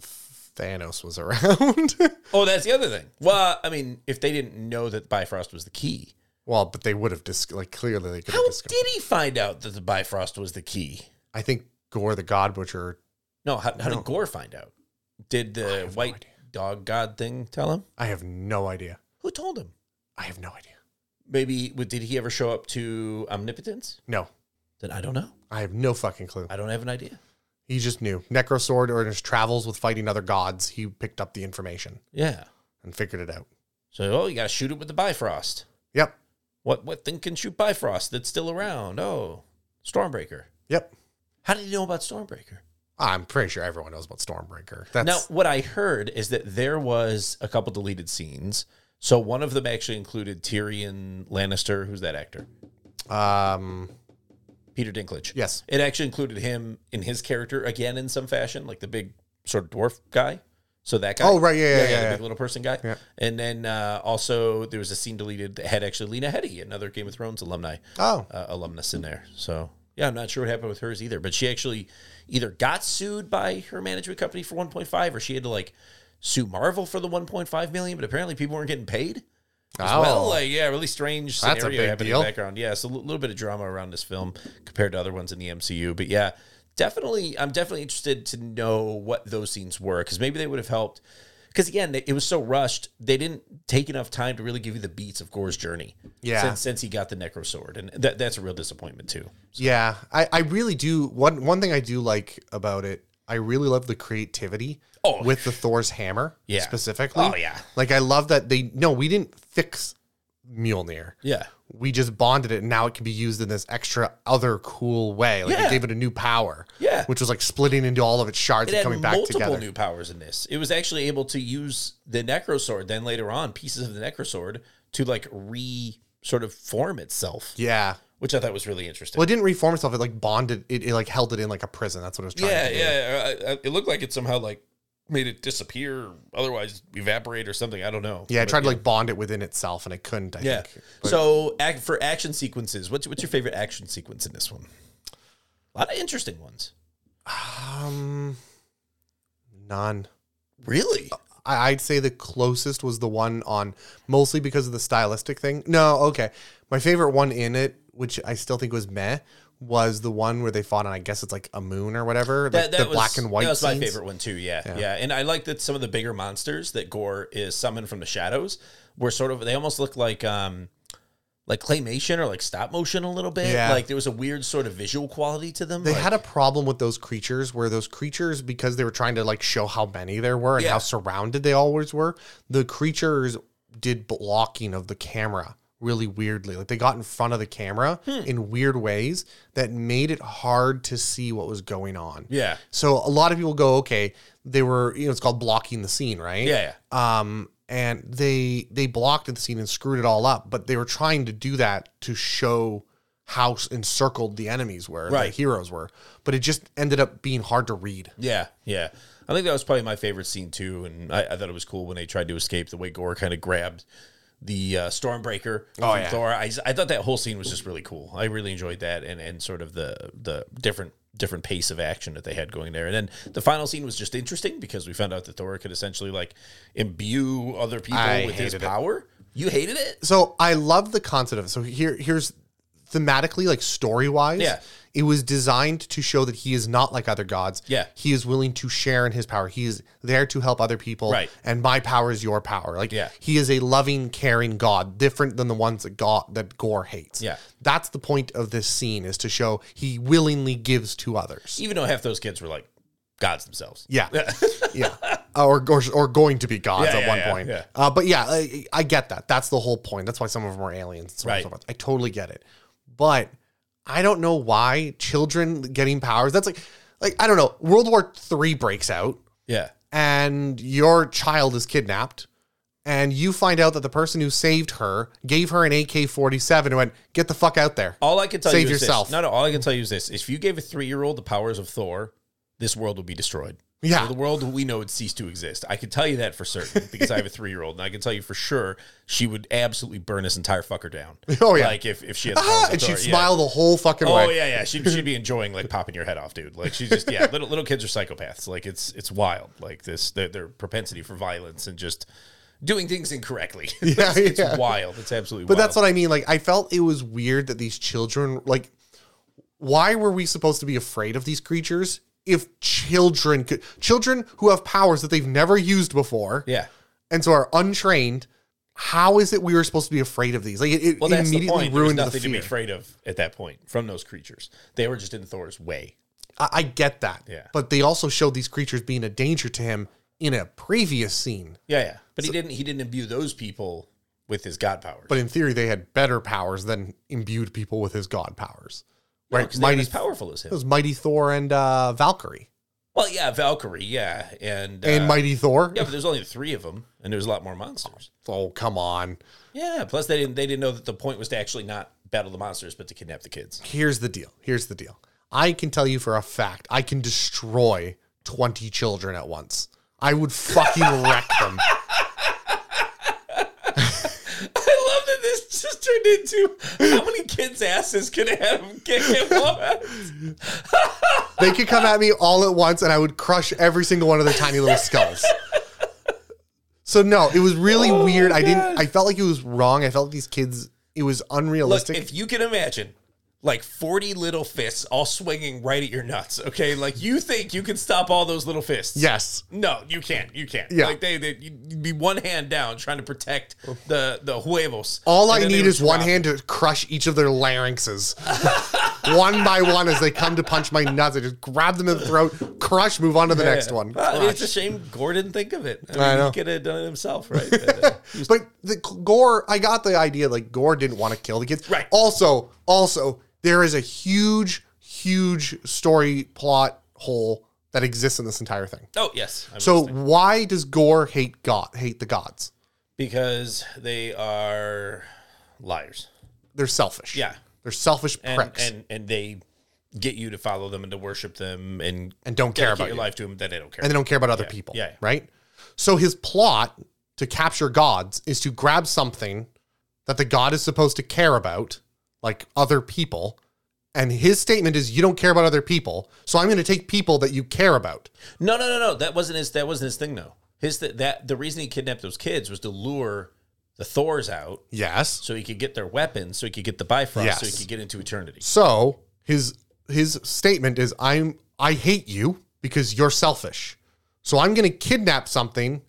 S1: Thanos was around?
S2: Oh, that's the other thing. Well, I mean, if they didn't know that Bifrost was the key,
S1: well, but they would have dis- like clearly they could have
S2: how
S1: discovered.
S2: did he find out that the Bifrost was the key?
S1: I think Gore the God Butcher.
S2: No, how, how did Gore find out? Did the
S1: have no
S2: white
S1: idea.
S2: dog god thing tell him?
S1: I have no idea.
S2: Who told him?
S1: I have no idea.
S2: Maybe w- did he ever show up to omnipotence?
S1: No,
S2: Then I don't know.
S1: I have no fucking clue.
S2: I don't have an idea.
S1: He just knew Necro Sword or in his travels with fighting other gods, he picked up the information
S2: Yeah.
S1: and figured it out.
S2: So oh, you got to shoot it with the Bifrost.
S1: Yep,
S2: What what thing can shoot Bifrost that's still around? Oh, Stormbreaker.
S1: yep.
S2: How did he know about Stormbreaker?
S1: I'm pretty sure everyone knows about Stormbreaker. That's
S2: Now, what I heard is that there was a couple deleted scenes. So one of them actually included Tyrion Lannister, who's that actor,
S1: um,
S2: Peter Dinklage.
S1: yes,
S2: It actually included him in his character again in some fashion, like the big sort of dwarf guy. So that guy.
S1: Oh, right, yeah, yeah, yeah,
S2: the
S1: yeah.
S2: big little person guy.
S1: Yeah.
S2: And then uh, also there was a scene deleted that had actually Lena Headey, another Game of Thrones alumni
S1: oh,
S2: uh, alumnus in there. So yeah, I'm not sure what happened with hers either. But she actually either got sued by her management company for 1.5, or she had to like sue Marvel for the 1.5 million. But apparently, people weren't getting paid. As
S1: Oh.
S2: well, like yeah, really strange
S1: That's a
S2: scenario
S1: big
S2: happening
S1: deal.
S2: in the background. Yeah, so a little bit of drama around this film compared to other ones in the MCU. But yeah, definitely, I'm definitely interested to know what those scenes were because maybe they would have helped. Because again, it was so rushed; they didn't take enough time to really give you the beats of Gore's journey.
S1: Yeah.
S2: since, since he got the necro sword, and that, that's a real disappointment too.
S1: Yeah, I, I really do. One one thing I do like about it, I really love the creativity
S2: Oh.
S1: with the Thor's hammer
S2: Yeah.
S1: specifically.
S2: Oh, yeah.
S1: like I love that they no, we didn't fix Mjolnir.
S2: Yeah,
S1: We just bonded it, and now it can be used in this extra other cool way. Like it
S2: Yeah.
S1: gave it a new power.
S2: Yeah.
S1: which was like splitting into all of its shards
S2: it
S1: and
S2: had
S1: coming back
S2: multiple
S1: together.
S2: new powers in this. It was actually able to use the necro sword. Then later on, pieces of the necro sword to like re sort of form itself,
S1: yeah.
S2: which I thought was really interesting.
S1: Well, it didn't reform itself. It like bonded. It, it like held it in like a prison. That's what it was trying
S2: yeah,
S1: to do.
S2: yeah. I, I, it looked like it somehow like made it disappear, or otherwise evaporate or something. I don't know.
S1: Yeah, I
S2: But,
S1: tried to like bond it within itself, and it couldn't. I
S2: Yeah.
S1: think.
S2: So ac- for action sequences, what's what's your favorite action sequence in this one? A lot of interesting ones.
S1: Um, none.
S2: Really?
S1: I, I'd say the closest was the one on mostly because of the stylistic thing. No, okay. My favorite one in it, which I still think was meh, was the one where they fought on I guess it's like a moon or whatever. like the black and white.
S2: That was my
S1: scenes.
S2: favorite one too. Yeah, yeah, And I like that some of the bigger monsters that Gore is summoned from the shadows were sort of they almost look like um like claymation or like stop motion a little bit.
S1: Yeah.
S2: Like there was a weird sort of visual quality to them.
S1: They
S2: like,
S1: had a problem with those creatures where those creatures, because they were trying to like show how many there were and
S2: Yeah.
S1: how surrounded they always were, the creatures did blocking of the camera really weirdly. Like they got in front of the camera
S2: Hmm.
S1: in weird ways that made it hard to see what was going on.
S2: yeah,
S1: So a lot of people go, okay, they were, you know, it's called blocking the scene, right?
S2: yeah, yeah.
S1: um, and they they blocked the scene and screwed it all up. But they were trying to do that to show how s- encircled the enemies were, the
S2: Right.
S1: heroes were. But it just ended up being hard to read.
S2: Yeah, yeah. I think that was probably my favorite scene too, and I, I thought it was cool when they tried to escape the way Gore kind of grabbed the uh, Stormbreaker from
S1: Oh, yeah.
S2: Thor. I, just- I thought that whole scene was just really cool. I really enjoyed that, and and sort of the the different different pace of action that they had going there. And then the final scene was just interesting because we found out that Thor could essentially like imbue other people
S1: I
S2: with his
S1: hated it.
S2: power. You hated it?
S1: So I love the concept of it. So here here's thematically, like story wise,
S2: Yeah.
S1: it was designed to show that he is not like other gods.
S2: Yeah.
S1: He is willing to share in his power. He is there to help other people.
S2: Right.
S1: And my power is your power. Like
S2: Yeah.
S1: he is a loving, caring God, different than the ones that God that Gore hates.
S2: Yeah.
S1: That's the point of this scene is to show he willingly gives to others.
S2: Even though half those kids were like gods themselves.
S1: Yeah. yeah. Uh, Or, or, or going to be gods
S2: Yeah,
S1: at
S2: yeah,
S1: one
S2: yeah,
S1: point.
S2: yeah.
S1: Uh, but yeah, I, I get that. That's the whole point. That's why some of them are aliens. and so on and
S2: Right.
S1: so forth. I totally get it. But I don't know why children getting powers. That's like, like I don't know. World War Three breaks out
S2: Yeah.
S1: and your child is kidnapped. And you find out that the person who saved her gave her an AK 47 and went, get the fuck out there.
S2: All I can tell
S1: Save
S2: you is
S1: yourself.
S2: This. No, no. All I can tell you is this: if you gave a three-year-old the powers of Thor, this world would be destroyed.
S1: Yeah.
S2: the world we know would cease to exist. I can tell you that for certain because I have a three-year-old, and I can tell you for sure she would absolutely burn this entire fucker down.
S1: Oh, yeah.
S2: like if, if she had the powers
S1: Ah,
S2: of
S1: and she'd
S2: Thor, yeah.
S1: smile the whole fucking
S2: Oh
S1: way.
S2: yeah, yeah. She she'd be enjoying like popping your head off, dude. Like she's just yeah. Little little kids are psychopaths. Like it's it's wild. Like this their, their propensity for violence and just doing things incorrectly. it's, it's
S1: yeah.
S2: wild. It's absolutely.
S1: But that's what I mean. Like, I felt it was weird that these children, like, why were we supposed to be afraid of these creatures if children could, children who have powers that they've never used before
S2: yeah.
S1: and so are untrained, how is it we were supposed to be afraid of these? Like, it, it
S2: Well, that's the
S1: immediately
S2: point. There was
S1: ruined the
S2: nothing to be
S1: fear.
S2: afraid of at that point from those creatures. They were just in Thor's way.
S1: I, I get that.
S2: Yeah.
S1: But they also showed these creatures being a danger to him in a previous scene.
S2: Yeah, yeah. But he didn't. He didn't imbue those people with his god powers.
S1: But in theory, they had better powers than imbued people with his god powers. Right?
S2: because they're
S1: Mighty,
S2: as
S1: it
S2: powerful as him.
S1: was Mighty Thor and uh, Valkyrie.
S2: Well, yeah, Valkyrie. Yeah, and uh,
S1: and Mighty Thor.
S2: yeah, but there's only three of them, and there's a lot more monsters.
S1: Oh come on!
S2: Yeah. Plus, they didn't. They didn't know that the point was to actually not battle the monsters, but to kidnap the kids.
S1: Here's the deal. Here's the deal. I can tell you for a fact, I can destroy twenty children at once. I would fucking wreck them.
S2: I love that this just turned into how many kids' asses could Adam kick him off?
S1: They could come at me all at once, and I would crush every single one of their tiny little skulls. So no, it was really
S2: Oh,
S1: weird. I
S2: God.
S1: didn't. I felt like it was wrong. I felt like these kids. It was
S2: Look,
S1: unrealistic.
S2: if you can imagine, like 40 little fists all swinging right at your nuts, okay? Like, you think you can stop all those little fists.
S1: yes.
S2: No, you can't. You can't.
S1: Yeah.
S2: Like, they, they, you'd be one hand down trying to protect the, the huevos.
S1: All
S2: And
S1: I
S2: then they
S1: need
S2: would
S1: is one
S2: drop.
S1: hand to crush each of their larynxes. one by one as they come to punch my nuts. I just grab them in the throat, crush, move on to the next one.
S2: Well,
S1: Crush.
S2: it's a shame Gore didn't think of it. I, mean,
S1: know.
S2: He could have done it himself, right? But, uh,
S1: But the Gore, I got the idea like Gore didn't want to kill the kids.
S2: Right.
S1: Also, also, there is a huge, huge story plot hole that exists in this entire thing.
S2: oh, yes. I'm
S1: So why does Gore hate God hate the gods?
S2: because they are liars.
S1: They're selfish.
S2: Yeah.
S1: They're selfish
S2: And,
S1: pricks and,
S2: and and they get you to follow them and to worship them and
S1: don't care
S2: dedicate
S1: about
S2: your
S1: you.
S2: life to them that they don't care.
S1: and they don't care about other people.
S2: yeah, yeah.
S1: Right? So his plot to capture gods is to grab something that the god is supposed to care about, like other people. And his statement is, You don't care about other people. So I'm going to take people that you care about.
S2: No, no, no, no. That wasn't his. That wasn't his thing, though. his th- that the reason he kidnapped those kids was to lure the Thors out
S1: Yes.
S2: so he could get their weapons, so he could get the Bifrost, so he
S1: Yes.
S2: could get into eternity.
S1: So his his statement is I'm I hate you because you're selfish. So I'm gonna kidnap something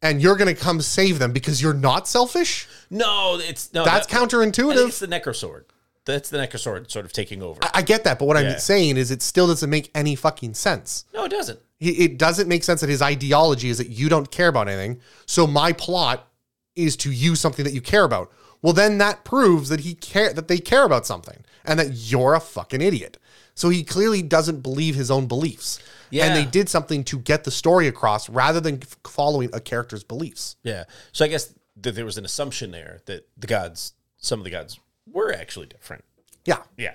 S1: and you're gonna come save them because you're not selfish?
S2: No, it's no.
S1: That's
S2: that- I think
S1: counterintuitive.
S2: it's the Necrosword. That's the Necrosword sort of taking over.
S1: I, I get that, but what
S2: Yeah.
S1: I'm saying is it still doesn't make any fucking sense.
S2: no, it doesn't.
S1: He, it doesn't make sense that his ideology is that you don't care about anything. So my plot is to use something that you care about. Well, then that proves that he care that they care about something and that you're a fucking idiot. So he clearly doesn't believe his own beliefs.
S2: Yeah.
S1: And they did something to get the story across rather than f- following a character's beliefs.
S2: Yeah. So I guess that there was an assumption there that the gods, some of the gods, were actually different.
S1: Yeah.
S2: Yeah.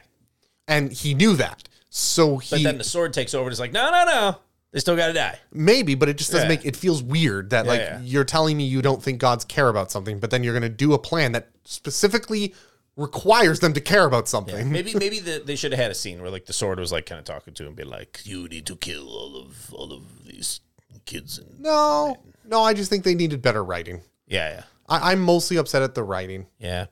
S1: And he knew that. So he
S2: But then the sword takes over and it's like, no, no, no. They still got to die.
S1: maybe, but it just doesn't
S2: Yeah.
S1: make it feels weird that like
S2: yeah.
S1: you're telling me you don't think gods care about something, but then you're gonna do a plan that specifically requires them to care about something.
S2: Maybe maybe the, they should have had a scene where like the sword was like kind of talking to him, be like, "You need to kill all of all of these kids." And
S1: No, no, I just think they needed better writing.
S2: yeah, yeah.
S1: I, I'm mostly upset at the writing.
S2: Yeah.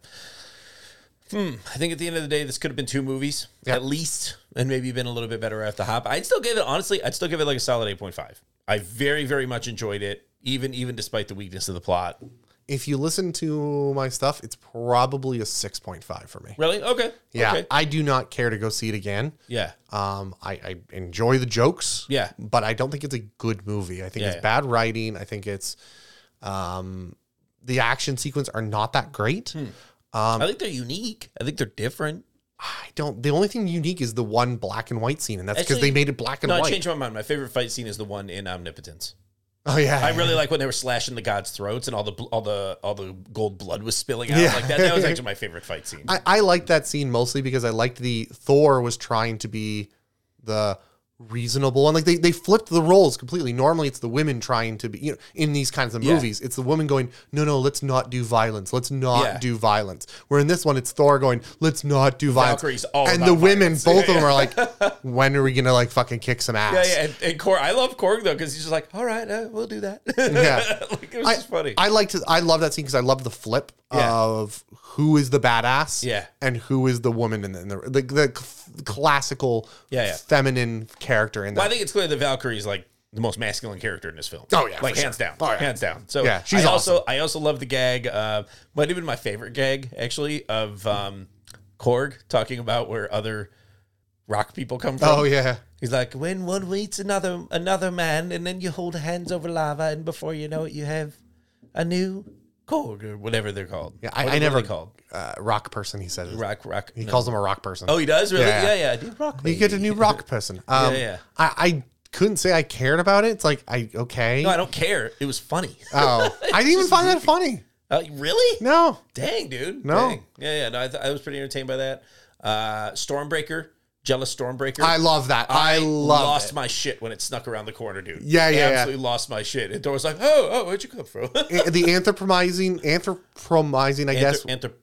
S2: Hmm. I think at the end of the day, this could have been two movies at least, and maybe been a little bit better off the hop. I'd still give it honestly. I'd still give it like a solid eight point five. I very very much enjoyed it, even even despite the weakness of the plot.
S1: If you listen to my stuff, it's probably a 6.5 for me.
S2: Really? Okay.
S1: Yeah,
S2: Okay.
S1: I do not care to go see it again.
S2: Yeah.
S1: Um, I, I enjoy the jokes.
S2: Yeah.
S1: but I don't think it's a good movie. I think
S2: Yeah,
S1: it's
S2: yeah.
S1: bad writing. I think it's, um, the action sequence are not that great.
S2: Hmm.
S1: Um,
S2: I think they're unique. I think they're different.
S1: I don't. The only thing unique is the one black and white scene, and that's because
S2: Actually,
S1: they made it black and
S2: No, I
S1: white.
S2: changed my mind. My favorite fight scene is the one in Omnipotence.
S1: oh yeah,
S2: I really like when they were slashing the gods' throats and all the bl- all the all the gold blood was spilling out
S1: Yeah.
S2: like that. That was actually my favorite fight scene.
S1: I, I liked that scene mostly because I liked the Thor was trying to be the reasonable and like they, they flipped the roles completely. Normally it's the women trying to be you know in these kinds of
S2: Yeah.
S1: movies, it's the woman going, No, no, let's not do violence. Let's not
S2: Yeah.
S1: do violence. Where in this one it's Thor going, Let's not do violence.
S2: Valkyrie's all
S1: and
S2: about
S1: the women,
S2: violence.
S1: both
S2: Yeah,
S1: of them
S2: yeah.
S1: are like, When are we gonna like fucking kick some ass?
S2: Yeah, yeah, and, and Korg, I love Korg though because he's just like, all right, uh, we'll do that.
S1: Yeah.
S2: like it was
S1: I,
S2: just funny.
S1: I liked it. I love that scene because I love the flip
S2: Yeah.
S1: of who is the badass,
S2: Yeah.
S1: and who is the woman in the in the, the, the c- classical
S2: Yeah, yeah.
S1: feminine character in that.
S2: Well, I think it's clear that Valkyrie is like the most masculine character in this film.
S1: Oh, yeah,
S2: like
S1: for
S2: hands
S1: sure.
S2: down,
S1: Oh, yeah.
S2: hands down. So
S1: Yeah, she's
S2: I also I also love the gag. Uh, might have been my favorite gag actually of um, Korg talking about where other rock people come from.
S1: oh yeah,
S2: He's like, when one meets another another man, and then you hold hands over lava, and before you know it, you have a new Korg or whatever they're called.
S1: yeah. I,
S2: What-
S1: I
S2: what are
S1: never
S2: they called
S1: uh, rock person. He says
S2: rock rock.
S1: he calls him a rock person.
S2: Oh, he does really?
S1: Yeah.
S2: Yeah, yeah. I do rock.
S1: you
S2: Baby.
S1: get a new rock person. Um,
S2: Yeah, yeah.
S1: I, I couldn't say I cared about it. It's like I okay.
S2: No, I don't care. It was funny.
S1: oh, I didn't even find that funny.
S2: Uh, really?
S1: No,
S2: Dang, dude.
S1: No.
S2: Dang. Yeah, yeah. No, I, th- I was pretty entertained by that. Uh, Stormbreaker, jealous Stormbreaker.
S1: I love that. I, love
S2: lost
S1: it.
S2: my shit when it snuck around the corner, dude.
S1: Yeah, yeah,
S2: I
S1: yeah.
S2: absolutely lost my shit. And Thor was like, "Oh, oh, where'd you come from?"
S1: A- the anthropomizing, anthropomizing. I guess
S2: Anthrop-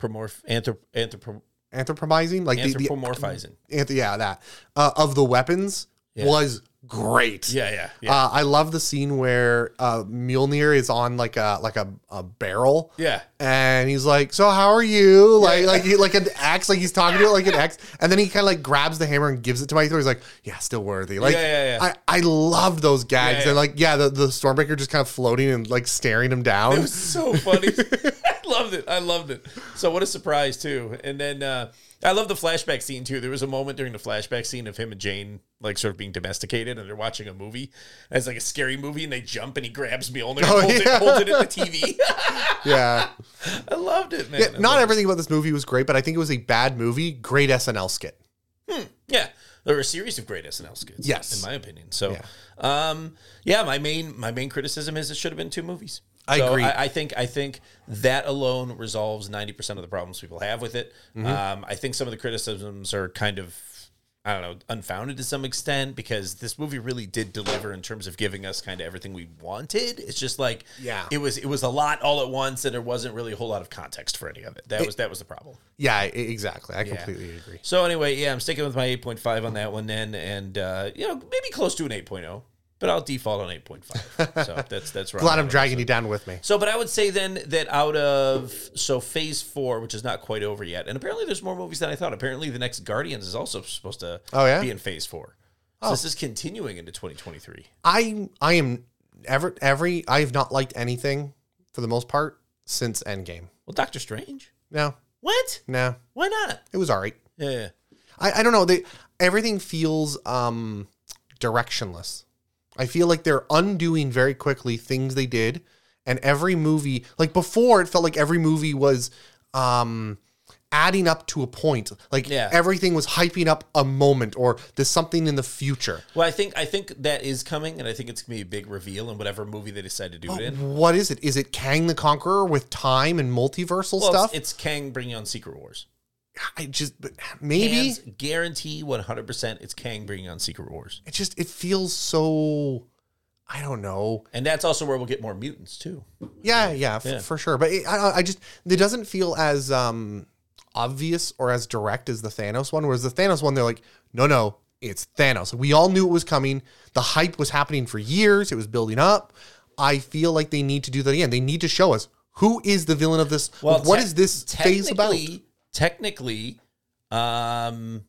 S2: anthropomorph, anthrop, anthrop,
S1: anthropomizing, like the, um, the
S2: anthropomorphizing.
S1: Anth- yeah, that uh, of the weapons was great.
S2: yeah, yeah, yeah.
S1: Uh, I love the scene where uh, Mjolnir is on like a like a, a barrel.
S2: yeah.
S1: And he's like, "So how are you?" Like, like he like an axe, like he's talking to it like an axe, and then he kind of like grabs the hammer and gives it to my He's like, "Yeah, still worthy." Like,
S2: Yeah, yeah, yeah.
S1: I I love those gags,
S2: Yeah, yeah.
S1: and like, yeah, the, the Stormbreaker just kind of floating and like staring him down.
S2: It was so funny. I loved it. I loved it. So what a surprise too. And then uh, I love the flashback scene too. There was a moment during the flashback scene of him and Jane like sort of being domesticated, and they're watching a movie. And it's like a scary movie, and they jump, and he grabs me only
S1: Oh,
S2: holds, it,
S1: yeah.
S2: holds it at the TV.
S1: yeah,
S2: I loved it, man.
S1: Yeah,
S2: I
S1: not
S2: loved
S1: everything about this movie was great, but I think it was a bad movie. Great SNL skit.
S2: it. yeah. There were a series of great SNL skits.
S1: Yes.
S2: in my opinion. So, um, yeah, my main my main criticism is it should have been two movies.
S1: I
S2: So
S1: agree.
S2: I, I think I think that alone resolves ninety percent of the problems people have with it.
S1: Mm-hmm.
S2: Um, I think some of the criticisms are kind of I don't know unfounded to some extent because this movie really did deliver in terms of giving us kind of everything we wanted. It's just like
S1: Yeah.
S2: it was it was a lot all at once, and there wasn't really a whole lot of context for any of it. That was that was the problem.
S1: Yeah, e- exactly. I completely agree.
S2: So anyway, yeah, I'm sticking with my 8.5 on that one then, and uh, you know maybe close to an 8.0. but I'll default on 8.5. So that's that's right.
S1: Glad I'm dragging you down with me.
S2: So, but I would say then that out of so phase four, which is not quite over yet, and apparently there's more movies than I thought. Apparently, the next Guardians is also supposed to
S1: Oh, yeah? Oh.
S2: be in phase four. So this is continuing into 2023.
S1: I I am ever every I have not liked anything for the most part since Endgame.
S2: Well, Doctor Strange.
S1: No,
S2: What?
S1: no,
S2: Why not?
S1: it was all right.
S2: Yeah, yeah.
S1: I, I don't know. They everything feels um directionless. I feel like they're undoing very quickly things they did, and every movie like before it felt like every movie was um adding up to a point. Like
S2: Yeah.
S1: everything was hyping up a moment or there's something in the future.
S2: Well, I think I think that is coming, and I think it's gonna be a big reveal in whatever movie they decide
S1: Oh,
S2: to do it in.
S1: What is it? Is it Kang the Conqueror with time and multiversal
S2: Well,
S1: stuff?
S2: It's, it's Kang bringing on Secret Wars.
S1: I just but maybe
S2: Hands guarantee 100% it's Kang bringing on Secret Wars.
S1: it just it feels so I don't know.
S2: And that's also where we'll get more mutants, too.
S1: Yeah, yeah, f- for sure. But it, I, I just it doesn't feel as um obvious or as direct as the Thanos one. Whereas the Thanos one, they're like, no, no, it's Thanos. We all knew it was coming. The hype was happening for years. It was building up. I feel like they need to do that again. They need to show us who is the villain of this. What is
S2: te-
S1: this phase about?
S2: technically- Technically, um,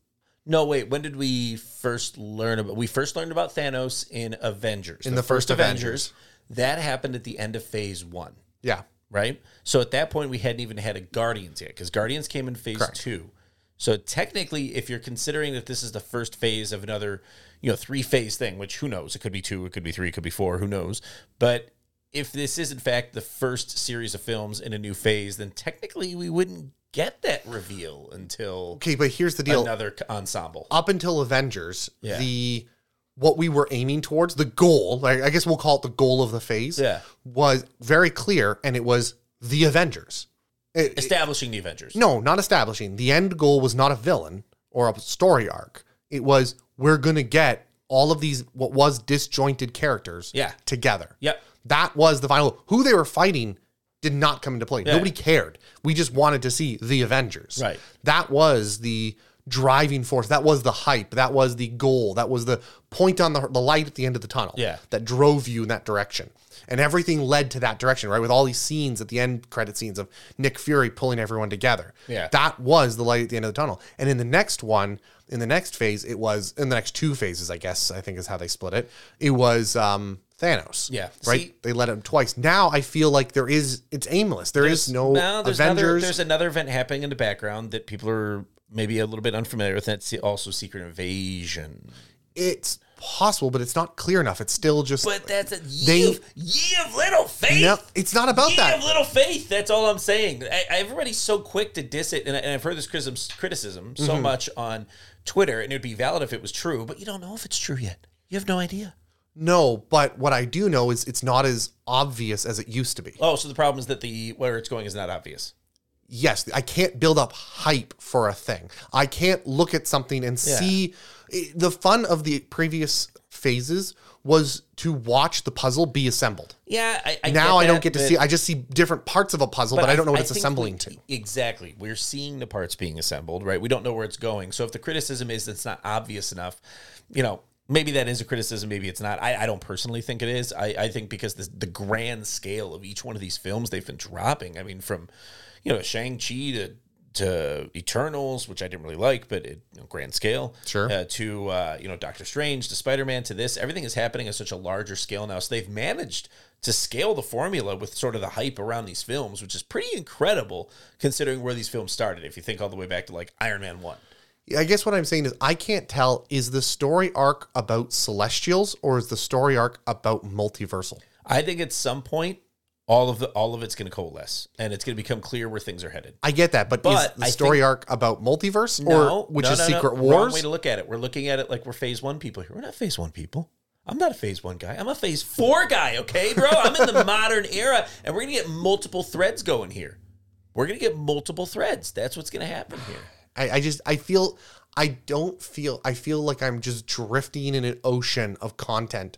S2: no, wait, when did we first learn about? We first learned about Thanos in Avengers. In
S1: the first
S2: That happened at the end of phase one.
S1: Yeah,
S2: right? So at that point, we hadn't even had a Guardians yet because Guardians came in phase two. So technically, if you're considering that this is the first phase of another, you know, three phase thing, which who knows? It could be two, it could be three, it could be four, who knows? But if this is in fact the first series of films in a new phase, then technically we wouldn't get that reveal until
S1: Okay, but here's the deal.
S2: another c- ensemble.
S1: Up until Avengers,
S2: Yeah.
S1: the what we were aiming towards, the goal, like, I guess we'll call it the goal of the phase,
S2: Yeah.
S1: was very clear, and it was the Avengers. It- it-
S2: Establishing the Avengers.
S1: no, not establishing. The end goal was not a villain or a story arc. It was we're gonna get all of these what was disjointed characters
S2: Yeah.
S1: together.
S2: Yep.
S1: That was the final. Who they were fighting did not come into play. Nobody cared. We just wanted to see the Avengers.
S2: Right.
S1: That was the driving force. That was the hype. That was the goal. That was the point on the, the light at the end of the tunnel
S2: Yeah.
S1: that drove you in that direction. And everything led to that direction, right? With all these scenes at the end, credit scenes of Nick Fury pulling everyone together.
S2: Yeah.
S1: That was the light at the end of the tunnel. And in the next one, in the next phase, it was, in the next two phases, I guess, I think is how they split it, it was um, Thanos.
S2: Yeah.
S1: Right?
S2: See-
S1: they let him twice. Now I feel like there is, it's aimless. There is no,
S2: there's Another,
S1: Avengers.
S2: there's another event happening in the background that people are maybe a little bit unfamiliar with. That's also Secret Invasion.
S1: it's possible, but it's not clear enough. It's still just.
S2: But that's a ye,
S1: They-
S2: of, ye of little faith.
S1: no, it's not about
S2: Ye of
S1: that.
S2: little faith. That's all I'm saying. I, everybody's so quick to diss it, and, I, and I've heard this criticism, criticism so
S1: Mm-hmm.
S2: much on Twitter, and it would be valid if it was true, but you don't know if it's true yet. You have no idea.
S1: No, but what I do know is it's not as obvious as it used to be.
S2: Oh, so the problem is that the where it's going is not obvious.
S1: Yes, I can't build up hype for a thing. I can't look at something and see. i- The fun of the previous phases was to watch the puzzle be assembled.
S2: Yeah, I, I
S1: Now I don't
S2: that,
S1: get to
S2: but-
S1: see. I just see different parts of a puzzle, but, I don't know what it's
S2: think
S1: assembling
S2: we- e-,
S1: to.
S2: Exactly. We're seeing the parts being assembled, right? We don't know where it's going. So if the criticism is that's not obvious enough, you know, maybe that is a criticism, maybe it's not. I, I don't personally think it is. I, I think because the, the grand scale of each one of these films they've been dropping, I mean, from, you know, Shang-Chi to to Eternals, which I didn't really like, but it, you know, grand scale.
S1: Sure.
S2: Uh, to uh, you know Doctor Strange to Spider Man to this, everything is happening at such a larger scale now. So they've managed to scale the formula with sort of the hype around these films, which is pretty incredible considering where these films started. If you think all the way back to like Iron Man one,
S1: I guess what I'm saying is I can't tell is the story arc about celestials or is the story arc about multiversal?
S2: I think at some point all of the all of it's going to coalesce and it's going to become clear where things are headed.
S1: I get that, but,
S2: But
S1: is the
S2: I
S1: story arc about multiverse
S2: No,
S1: or which
S2: no,
S1: is
S2: no, no.
S1: Secret
S2: Wrong way
S1: Wars?
S2: to look at it. We're looking at it like we're phase one people here. We're not phase one people. I'm not a phase one guy. I'm a phase four guy. Okay, bro. I'm in the modern era, and we're gonna get multiple threads going here. We're gonna get multiple threads. That's what's gonna happen here.
S1: I, I just I feel I don't feel I feel like I'm just drifting in an ocean of content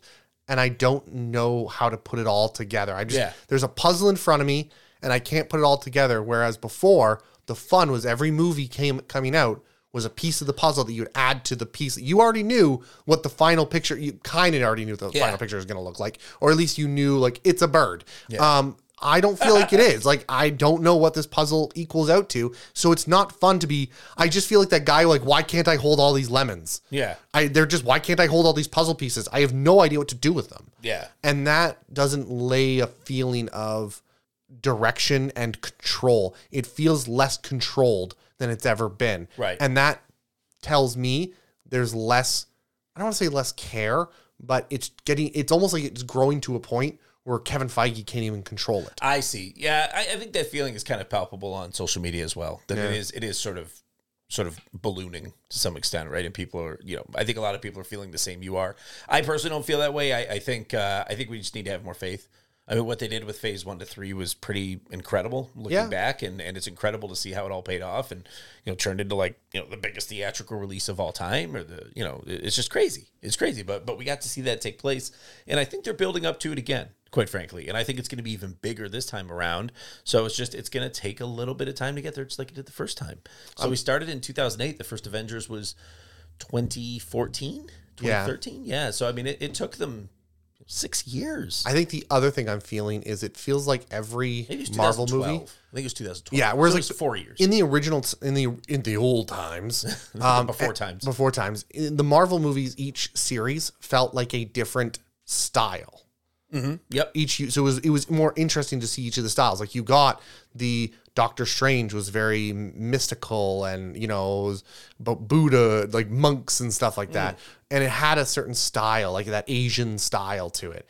S1: and I don't know how to put it all together. I just
S2: Yeah.
S1: there's a puzzle in front of me and I can't put it all together. Whereas before the fun was every movie came coming out was a piece of the puzzle that you would add to the piece. You already knew what the final picture. You kind of already knew what the
S2: Yeah.
S1: final picture was going to look like, or at least you knew like it's a bird. Um, I don't feel like it is. Like I don't know what this puzzle equals out to, so it's not fun to be. I just feel like that guy. Like why can't I hold all these lemons?
S2: Yeah.
S1: I they're just why can't I hold all these puzzle pieces? I have no idea what to do with them.
S2: Yeah.
S1: And that doesn't lay a feeling of direction and control. It feels less controlled than it's ever been.
S2: Right.
S1: And that tells me there's less I don't want to say less care, but it's getting it's almost like it's growing to a point where Kevin Feige can't even control it.
S2: I see. Yeah, I, I think that feeling is kind of palpable on social media as well. That it is it is sort of sort of ballooning to some extent, right? And people are, you know, I think a lot of people are feeling the same you are. I personally don't feel that way. I, I think uh, I think we just need to have more faith. I mean, what they did with phase one to three was pretty incredible looking
S1: Yeah.
S2: back, and, and it's incredible to see how it all paid off and, you know, turned into like, you know, the biggest theatrical release of all time or the, you know, it- it's just crazy. It's crazy. But, but we got to see that take place. And I think they're building up to it again, quite frankly. And I think it's going to be even bigger this time around. So it's just, it's going to take a little bit of time to get there, just like it did the first time.
S1: Um,
S2: So we started in 2008. The first Avengers was 2014,
S1: Yeah.
S2: 2013. Yeah. So, I mean, it, it took them six years.
S1: I think the other thing I'm feeling is it feels like every
S2: Maybe it was
S1: Marvel
S2: 2012.
S1: movie
S2: I think it was 2012.
S1: Yeah, whereas
S2: So
S1: like
S2: it was four years.
S1: in the original in the in the old times, um,
S2: Before times.
S1: before times, in the Marvel movies, each series felt like a different style.
S2: yep.
S1: Each so it was it was more interesting to see each of the styles. Like you got the Doctor Strange was very mystical and you know it was about Buddha like monks and stuff like that, and it had a certain style like that Asian style to it.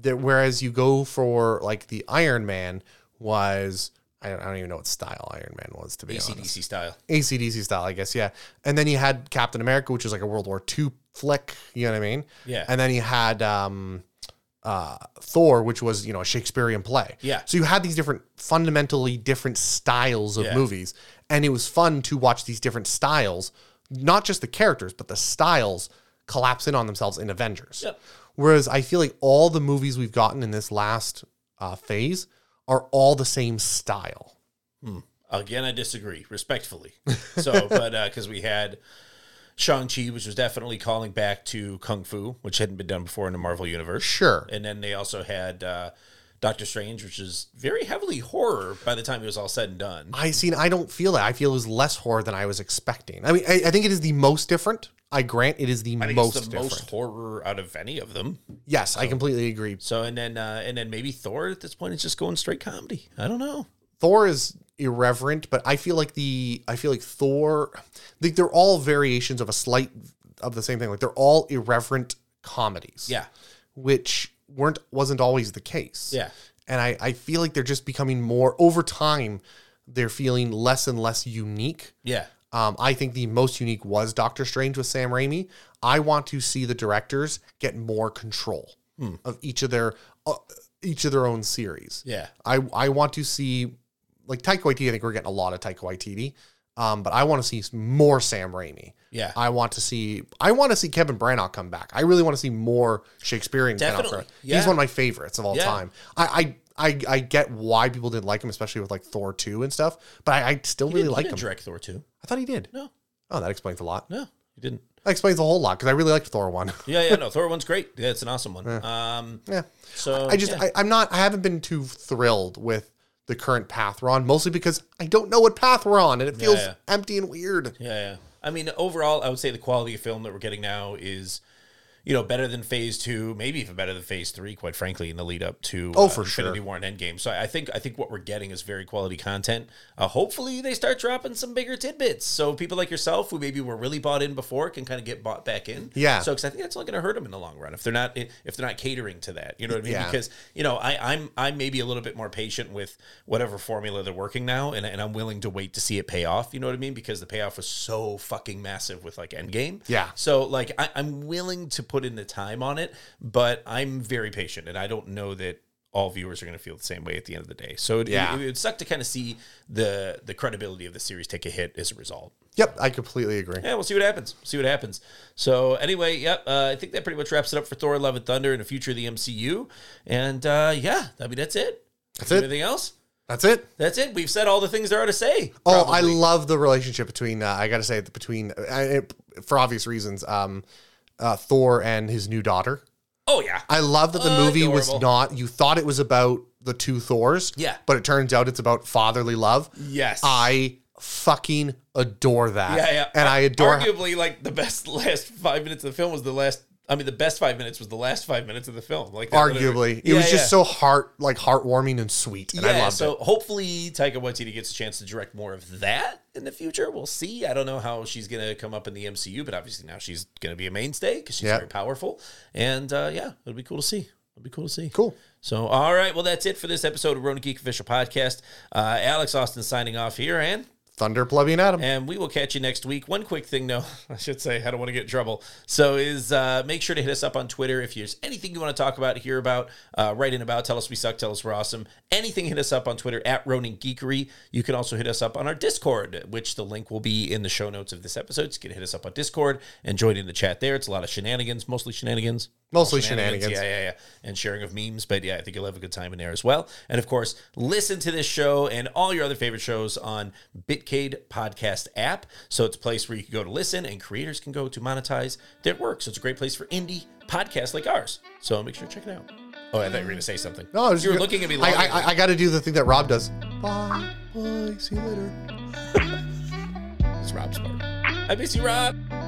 S1: That whereas you go for like the Iron Man was. I don't, I don't even know what style Iron Man was to be honest.
S2: ACDC style.
S1: ACDC style, I guess. Yeah. And then you had Captain America, which was like a World War II flick. You know what I mean?
S2: Yeah.
S1: And then you had um, uh, Thor, which was, you know, a Shakespearean play.
S2: Yeah.
S1: So you had these different, fundamentally different styles of
S2: Yeah.
S1: movies. And it was fun to watch these different styles, not just the characters, but the styles collapse in on themselves in Avengers.
S2: Yep.
S1: Whereas I feel like all the movies we've gotten in this last uh, phase are all the same style.
S2: Again, I disagree respectfully. So, but because we had Shang Chi, which was definitely calling back to Kung Fu, which hadn't been done before in the Marvel universe,
S1: Sure.
S2: and then they also had uh, Doctor Strange, which is very heavily horror by the time it was all said and done.
S1: I seen. I don't feel that. I feel it was less horror than I was expecting. I mean, I, I think it is the most different. I grant it is the
S2: I think
S1: most
S2: it's the
S1: different.
S2: most horror out of any of them.
S1: yes, I completely agree.
S2: So, and then uh, and then maybe Thor at this point is just going straight comedy. I don't know.
S1: Thor is irreverent, but I feel like the I feel like Thor. Like they're all variations of a slight of the same thing. Like they're all irreverent comedies.
S2: Yeah,
S1: which weren't wasn't always the case.
S2: yeah,
S1: and I, I feel like they're just becoming more over time. They're feeling less and less unique.
S2: yeah.
S1: Um, I think the most unique was Doctor Strange with Sam Raimi. I want to see the directors get more control of each of their uh, each of their own series.
S2: Hmm. Yeah.
S1: I I want to see like Taika Waititi. I think we're getting a lot of Taika Waititi, um, but I want to see more Sam Raimi.
S2: Yeah.
S1: I want to see I want to see Kevin Branagh come back. I really want to see more Shakespearean. Kevin
S2: Definitely.
S1: Branagh.
S2: Yeah.
S1: He's one of my favorites of all
S2: Yeah.
S1: time. I. I I, I get why people didn't like him, especially with like Thor two and stuff. But I, I still really
S2: He
S1: like
S2: didn't
S1: him.
S2: direct Thor too.
S1: I thought he did.
S2: No,
S1: Oh, that explains a lot.
S2: no, he didn't.
S1: That explains a whole lot because I really liked Thor one.
S2: Yeah, yeah, no, Thor one's great. Yeah, it's an awesome one. Um,
S1: yeah,
S2: so
S1: I just
S2: yeah.
S1: I, I'm not I haven't been too thrilled with the current path we're on, mostly because I don't know what path we're on, and it feels
S2: yeah.
S1: empty and weird.
S2: yeah, yeah. I mean, overall, I would say the quality of film that we're getting now is, you know, better than Phase Two, maybe even better than Phase Three. Quite frankly, in the lead up to uh,
S1: Oh, for
S2: Infinity
S1: sure.
S2: War and Endgame. So I think I think what we're getting is very quality content. Uh, hopefully, they start dropping some bigger tidbits, so people like yourself who maybe were really bought in before can kind of get bought back in.
S1: Yeah.
S2: So because I think that's only going to hurt them in the long run if they're not if they're not catering to that. You know what I mean?
S1: Yeah.
S2: Because you know I, I'm I'm maybe a little bit more patient with whatever formula they're working now, and, and I'm willing to wait to see it pay off. You know what I mean? Because the payoff was so fucking massive with like Endgame.
S1: Yeah.
S2: So like I, I'm willing to put in the time on it, but I'm very patient, and I don't know that all viewers are going to feel the same way at the end of the day. So it,
S1: Yeah.
S2: it, it would suck to kind of see the the credibility of the series take a hit as a result.
S1: Yep, I completely agree.
S2: Yeah, we'll see what happens. See what happens. So anyway, yep. Uh, I think that pretty much wraps it up for Thor: Love and Thunder and the future of the MCU. And uh, yeah, I mean that's it.
S1: That's
S2: Is there
S1: it.
S2: Anything else?
S1: That's it.
S2: That's it. We've said all the things there are to say.
S1: Oh,
S2: probably.
S1: I love the relationship between uh, I gotta say between uh, it, for obvious reasons, um, uh, Thor and his new daughter.
S2: oh yeah.
S1: I love that the movie was
S2: Uh, Adorable.
S1: not. You thought it was about the two Thors,
S2: Yeah.
S1: but it turns out it's about fatherly love.
S2: Yes.
S1: I fucking adore that.
S2: yeah, yeah.
S1: and I adore.
S2: Arguably, like the best last five minutes of the film was the last. I mean, the best five minutes was the last five minutes of the film. Like that
S1: Arguably,
S2: literally-
S1: it was
S2: Yeah,
S1: just
S2: yeah.
S1: so heart like heartwarming and sweet, and I
S2: yeah,
S1: loved
S2: so
S1: it.
S2: hopefully Taika Waititi gets a chance to direct more of that in the future. We'll see. I don't know how she's going to come up in the MCU, but obviously now she's going to be a mainstay because she's
S1: Yeah.
S2: very powerful. And uh, yeah, it'll be cool to see. It'll be cool to see.
S1: Cool.
S2: So, all right. Well, that's it for this episode of Ronan Geek Official Podcast. Uh, Alex Austin signing off here, and
S1: Thunder plugging Adam.
S2: and we will catch you next week. One quick thing, though, I should say, I don't want to get in trouble. So, is uh, make sure to hit us up on Twitter if there's anything you want to talk about, hear about, uh, write in about, tell us we suck, tell us we're awesome. Anything, hit us up on Twitter at Ronin Geekery. You can also hit us up on our Discord, which the link will be in the show notes of this episode. So, you can hit us up on Discord and join in the chat there. It's a lot of shenanigans, mostly shenanigans.
S1: Mostly shenanigans.
S2: Yeah, yeah, yeah. And sharing of memes. But yeah, I think you'll have a good time in there as well. And of course, listen to this show and all your other favorite shows on Bitcade Podcast app. So it's a place where you can go to listen and creators can go to monetize their work. So it's a great place for indie podcasts like ours. So make sure to check it out. Oh, I thought you were going to say something.
S1: No, I was
S2: you were
S1: gonna-
S2: looking at me
S1: I,
S2: like,
S1: I, I, got to do the thing that Rob does. Bye. Bye. See you later.
S2: it's Rob's part. I miss you, Rob.